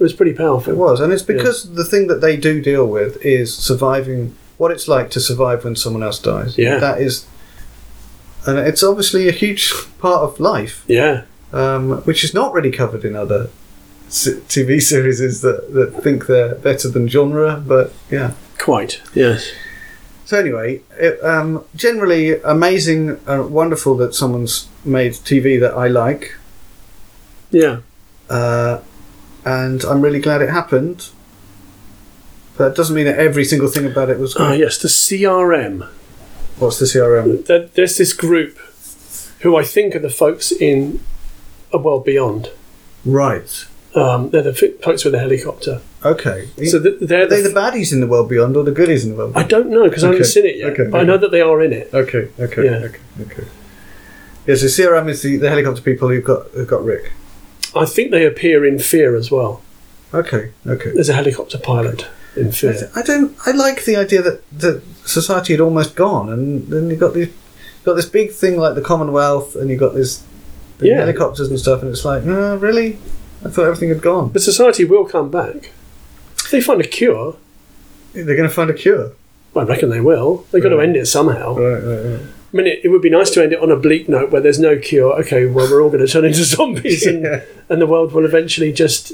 B: it was pretty powerful.
A: it was, and it's because the thing that they do deal with is surviving what it's like to survive when someone else dies.
B: Yeah.
A: that is, and it's obviously a huge part of life.
B: Yeah,
A: um, which is not really covered in other s- TV series that, that think they're better than genre, but yeah.
B: quite. Yes.
A: So anyway, it, um, generally amazing and wonderful that someone's made TV that I like,
B: Yeah.
A: uh, and I'm really glad it happened. But that doesn't mean that every single thing about it was
B: Ah,
A: great.
B: yes, the CRM.
A: What's the CRM?
B: There, there's this group who I think are the folks in a world beyond.
A: Right.
B: Um, they're the fi- folks with the helicopter.
A: Okay.
B: So th- they're
A: Are they
B: the.
A: the baddies in the world beyond or the goodies in the world
B: I
A: beyond?
B: don't know because I haven't
A: Okay,
B: seen it yet,
A: okay,
B: but I know that they are in it.
A: okay, okay,
B: Yeah.
A: okay, okay. Yeah, so CRM is the, the helicopter people who've got who've got Rick.
B: I think they appear in Fear as well.
A: Okay, okay.
B: There's a helicopter pilot in
A: I,
B: Fear.
A: th- I don't. I like the idea that, that society had almost gone, and then you got these, you got this big thing like the Commonwealth, and you got this the
B: Yeah.
A: helicopters and stuff, and it's like, no, really? I thought everything had gone.
B: But society will come back. If they find a cure,
A: They're going to find a cure.
B: well, I reckon they will. They've got to
A: Right.
B: end it somehow.
A: Right, right, right.
B: I mean, it, it would be nice to end it on a bleak note where there's no cure. Okay, well, we're all going to turn into zombies and,
A: Yeah.
B: and the world will eventually just.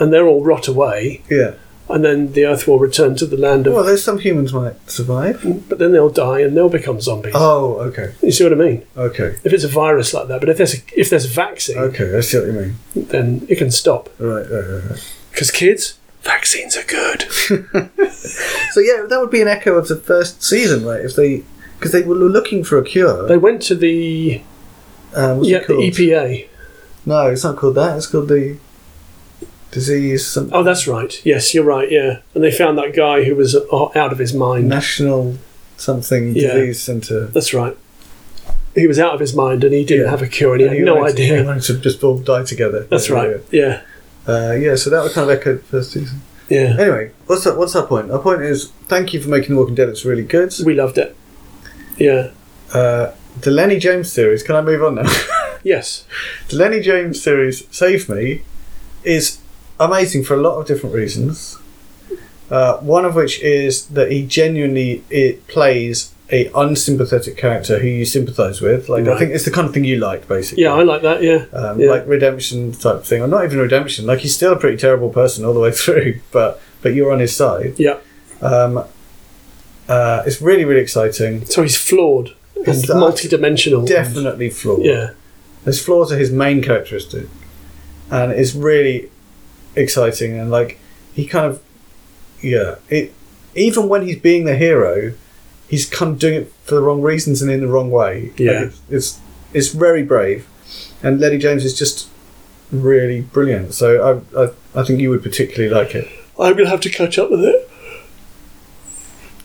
B: and they'll all rot away.
A: Yeah.
B: And then the earth will return to the land of.
A: Well, there's some humans might survive.
B: But then they'll die and they'll become zombies.
A: Oh, okay,
B: You see what I mean?
A: okay,
B: If it's a virus like that, but if there's a, if there's a vaccine,
A: okay. I see what you mean.
B: then it can stop.
A: Right, right, right, right.
B: Because kids, vaccines are good.
A: So yeah, that would be an echo of the first season, right? If they, because they were looking for a cure.
B: They went to the
A: Um, what's
B: yeah
A: it
B: the E
A: called?
B: EPA.
A: No, it's not called that. It's called the disease. Some,
B: Oh, that's right. Yes, you're right. Yeah, and they found that guy who was uh, out of his mind.
A: National something
B: Yeah.
A: disease centre.
B: That's right. He was out of his mind, and he didn't
A: Yeah.
B: have a cure, and he
A: And
B: had
A: you
B: no
A: wanted To, you
B: idea.
A: wanted to just all die together.
B: That's
A: Yeah,
B: right. Yeah,
A: Yeah. Uh, yeah, so that was kind of echoed first season.
B: yeah.
A: Anyway, what's that, what's our point? Our point is thank you for making The Walking Dead. It's really good.
B: We loved it. Yeah.
A: Uh, the Lenny James series. Can I move on now?
B: Yes.
A: the Lenny James series, Save Me, is amazing for a lot of different reasons. Uh, one of which is that he genuinely it plays a unsympathetic character who you sympathise with. Like I
B: Right.
A: think it's the kind of thing you like, basically.
B: Yeah, I like that. Yeah.
A: um,
B: yeah.
A: like redemption type thing, or not even redemption. Like he's still a pretty terrible person all the way through, but but you're on his side.
B: Yeah.
A: Um, uh, it's really really exciting.
B: So he's flawed and
A: It's, uh,
B: multi-dimensional.
A: Definitely flawed.
B: Yeah.
A: His flaws are his main characteristic, and it's really exciting. And like he kind of, yeah, it. Even when he's being the hero, he's kind of doing it for the wrong reasons and in the wrong way. Like,
B: Yeah.
A: it's, it's it's very brave, and Letty James is just really brilliant. So I I, I think you would particularly like it.
B: I'm gonna have to catch up with it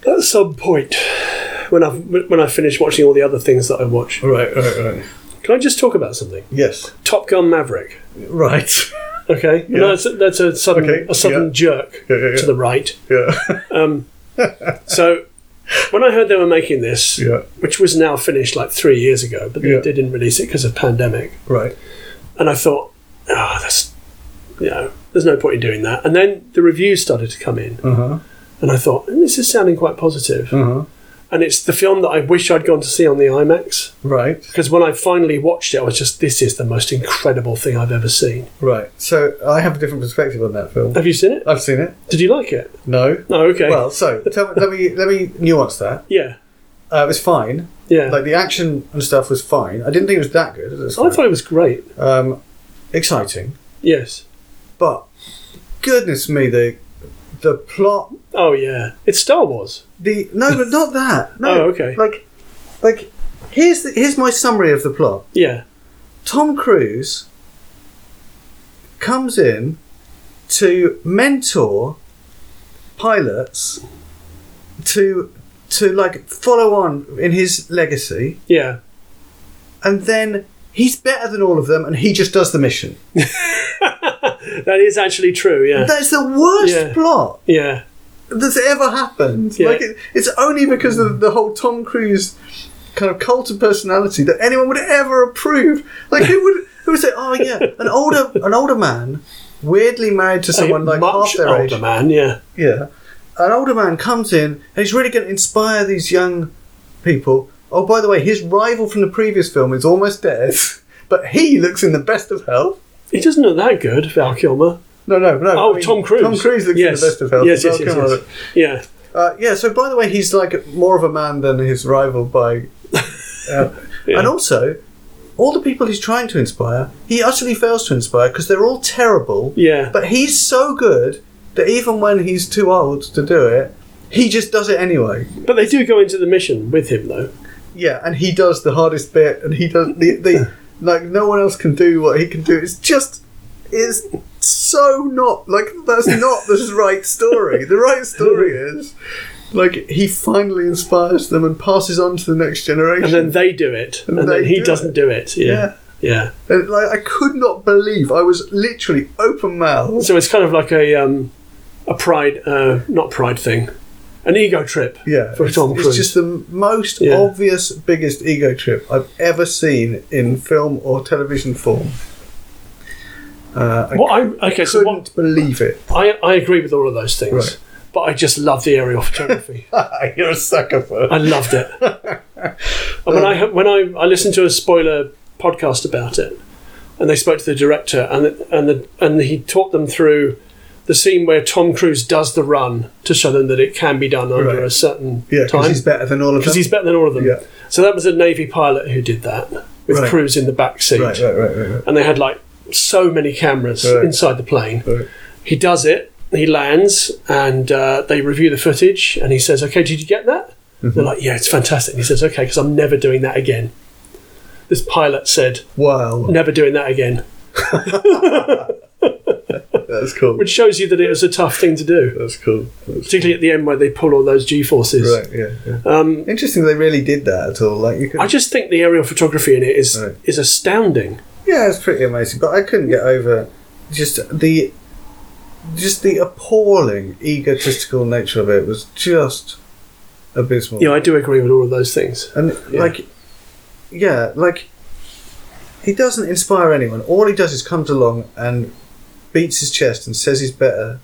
B: at some point when I when I finish watching all the other things that I watch.
A: Right, right, right.
B: Can I just talk about something?
A: Yes,
B: Top Gun Maverick.
A: right.
B: Okay,
A: Yeah.
B: no, that's a, that's a sudden
A: Okay,
B: a sudden
A: yeah.
B: jerk
A: Yeah, yeah, yeah.
B: to the right.
A: yeah,
B: So when I heard they were making this,
A: yeah,
B: which was now finished like three years ago, but they,
A: Yeah.
B: they didn't release it because of pandemic,
A: right.
B: and I thought, ah, that's you know, there's no point in doing that. And then the reviews started to come in,
A: Uh huh.
B: and I thought, this is sounding quite positive.
A: Uh huh.
B: And it's the film that I wish I'd gone to see on the IMAX
A: Right.
B: because when I finally watched it, I was just, this is the most incredible thing I've ever seen.
A: Right. So I have a different perspective on that film.
B: Have you seen it?
A: I've seen it.
B: Did you like it?
A: No.
B: Oh, okay.
A: Well, so tell me, let me let me nuance that.
B: yeah,
A: Uh, it was fine.
B: yeah.
A: Like the action and stuff was fine. I didn't think it was that good. It was
B: I
A: fine.
B: thought it was great.
A: um, exciting,
B: Yes.
A: but goodness me, the the plot.
B: Oh yeah, it's Star Wars.
A: The no, but not that. No.
B: Oh, okay.
A: Like, like here's the, here's my summary of the plot.
B: Yeah,
A: Tom Cruise comes in to mentor pilots to to like follow on in his legacy
B: yeah.
A: and then he's better than all of them and he just does the mission.
B: That is actually true. Yeah,
A: That's the worst
B: Yeah.
A: plot
B: yeah,
A: that's ever happened.
B: Yeah.
A: Like it, it's only because of the whole Tom Cruise kind of cult of personality that anyone would ever approve. Like who would who would say, "Oh yeah, an older an older man weirdly married to someone like
B: much
A: half their
B: older
A: age."
B: man. Yeah,
A: Yeah. An older man comes in and he's really going to inspire these young people. Oh, by the way, his rival from the previous film is almost dead, but he looks in the best of health.
B: he doesn't look that good, Val Kilmer.
A: No, no, no.
B: Oh,
A: I mean,
B: Tom Cruise.
A: Tom Cruise looks in
B: yes.
A: the best of health.
B: Yes, yes,
A: Val
B: yes,
A: Kilmer
B: yes. Yeah,
A: Uh, yeah, so by the way, he's like more of a man than his rival by. Uh,
B: Yeah.
A: And also, all the people he's trying to inspire, he utterly fails to inspire because they're all terrible.
B: yeah.
A: But he's so good that even when he's too old to do it, he just does it anyway.
B: But they do go into the mission with him, though.
A: Yeah, and he does the hardest bit, and he does the, the like no one else can do what he can do. It's just it's so not like that's not the right story. The right story is like he finally inspires them and passes on to the next generation.
B: And then they do it,
A: And
B: and,
A: they
B: then he
A: do
B: doesn't
A: it.
B: do it.
A: Yeah.
B: Yeah. yeah.
A: And, like I could not believe I was literally open mouthed.
B: So it's kind of like a um, a pride, uh, not pride thing, an ego trip.
A: Yeah,
B: for
A: it's,
B: Tom
A: it's
B: Cruise.
A: just the most
B: Yeah.
A: obvious, biggest ego trip I've ever seen in film or television form. Uh, I
B: what I okay, so
A: couldn't
B: what
A: believe it.
B: I, I agree with all of those things,
A: Right.
B: but I just love the aerial photography.
A: You're a sucker for.
B: I loved it. and when
A: Um,
B: I when I, I listened to a spoiler podcast about it, and they spoke to the director, and the, and the, and he talked them through the scene where Tom Cruise does the run to show them that it can be done under
A: Right.
B: a certain
A: Yeah, because
B: time
A: he's better than all of them.
B: because he's better than all of them.
A: Yeah.
B: So that was a Navy pilot who did that with
A: Right.
B: Cruise in the back seat,
A: right, right, right, right, right.
B: and they had like so many cameras
A: Right.
B: inside the plane.
A: Right.
B: He does it. He lands, and uh, they review the footage, and he says, "Okay, did you get that?"
A: Mm-hmm.
B: They're like, "Yeah, it's fantastic." And he says, "Okay, because I'm never doing that again." This pilot said,
A: Wow,
B: "Never doing that again,"
A: that's cool.
B: which shows you that it was a tough thing to do,
A: That's cool. That's-
B: particularly at the end where they pull all those G forces.
A: right, yeah. yeah. Um, Interesting, they really did that at all. Like you could,
B: I just think the aerial photography in it is
A: Right.
B: is astounding.
A: yeah, it's pretty amazing. But I couldn't get over just the just the appalling egotistical nature of it was just abysmal.
B: Yeah, I do agree with all of those things.
A: And
B: Yeah.
A: like, yeah, like he doesn't inspire anyone. All he does is comes along and beats his chest and says he's better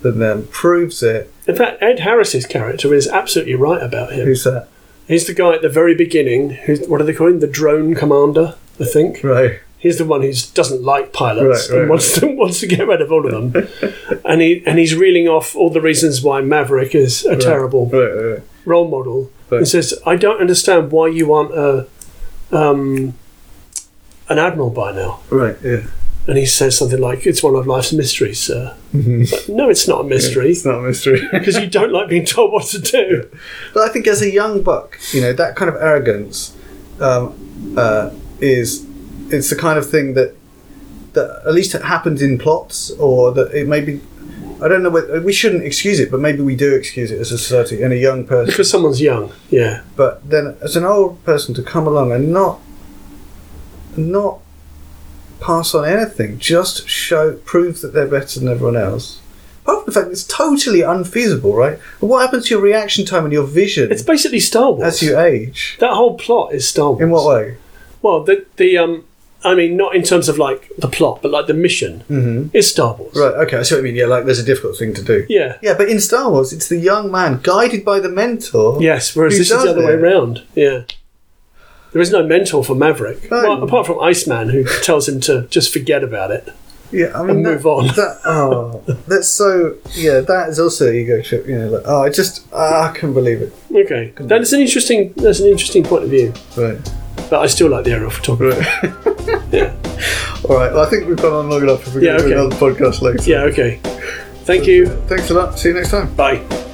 A: than them, proves it.
B: In fact, Ed Harris's character is absolutely right about him.
A: Who's that?
B: He's the guy at the very beginning who's what do they call him? The drone commander, I think.
A: Right.
B: He's the one who doesn't like pilots
A: Right, right,
B: and wants to, wants to get rid of all of them. and he and he's reeling off all the reasons why Maverick is a terrible
A: Right, right, right.
B: role model.
A: Right.
B: He says, "I don't understand why you aren't a um, an admiral by now."
A: Right, yeah.
B: And he says something like, "It's one of life's mysteries, sir."
A: Mm-hmm.
B: It's like, no, it's not a mystery
A: It's not a mystery.
B: because you don't like being told what to do.
A: but I think as a young buck, you know, that kind of arrogance um, uh, is it's the kind of thing that that at least happens in plots, or that it may be. I don't know. Whether, we shouldn't excuse it, but maybe we do excuse it as a society and a young person.
B: Because someone's young, yeah.
A: but then as an old person to come along and not not pass on anything just show prove that they're better than everyone else apart from the fact it's totally unfeasible right but what happens to your reaction time and your vision
B: It's basically Star Wars.
A: as you age
B: That whole plot is Star Wars.
A: in what way
B: Well, the the um, I mean, not in terms of like the plot, but like the mission mm-hmm. is Star Wars.
A: right okay i see what you mean yeah like there's a difficult thing to do
B: Yeah.
A: yeah but in star wars it's the young man guided by the mentor
B: Yes. Whereas
A: Who
B: this is
A: does
B: the other way
A: it?
B: round. Yeah. There is no mentor for Maverick,
A: No.
B: well, apart from Iceman, who tells him to just forget about it.
A: Yeah, I mean,
B: and
A: that-
B: move on.
A: That, oh, that's so. Yeah, that is also ego trip. You know, like oh, I just ah, I can believe it.
B: Okay, that is an interesting. That's an interesting point of view,
A: Right.
B: but I still like the aerial photography.
A: Right.
B: Yeah.
A: All right. Well, I think we've gone on long enough. If we're
B: Yeah,
A: going to do
B: okay.
A: another podcast later.
B: Yeah. Okay. Thank you.
A: Thanks a lot. See you next time.
B: Bye.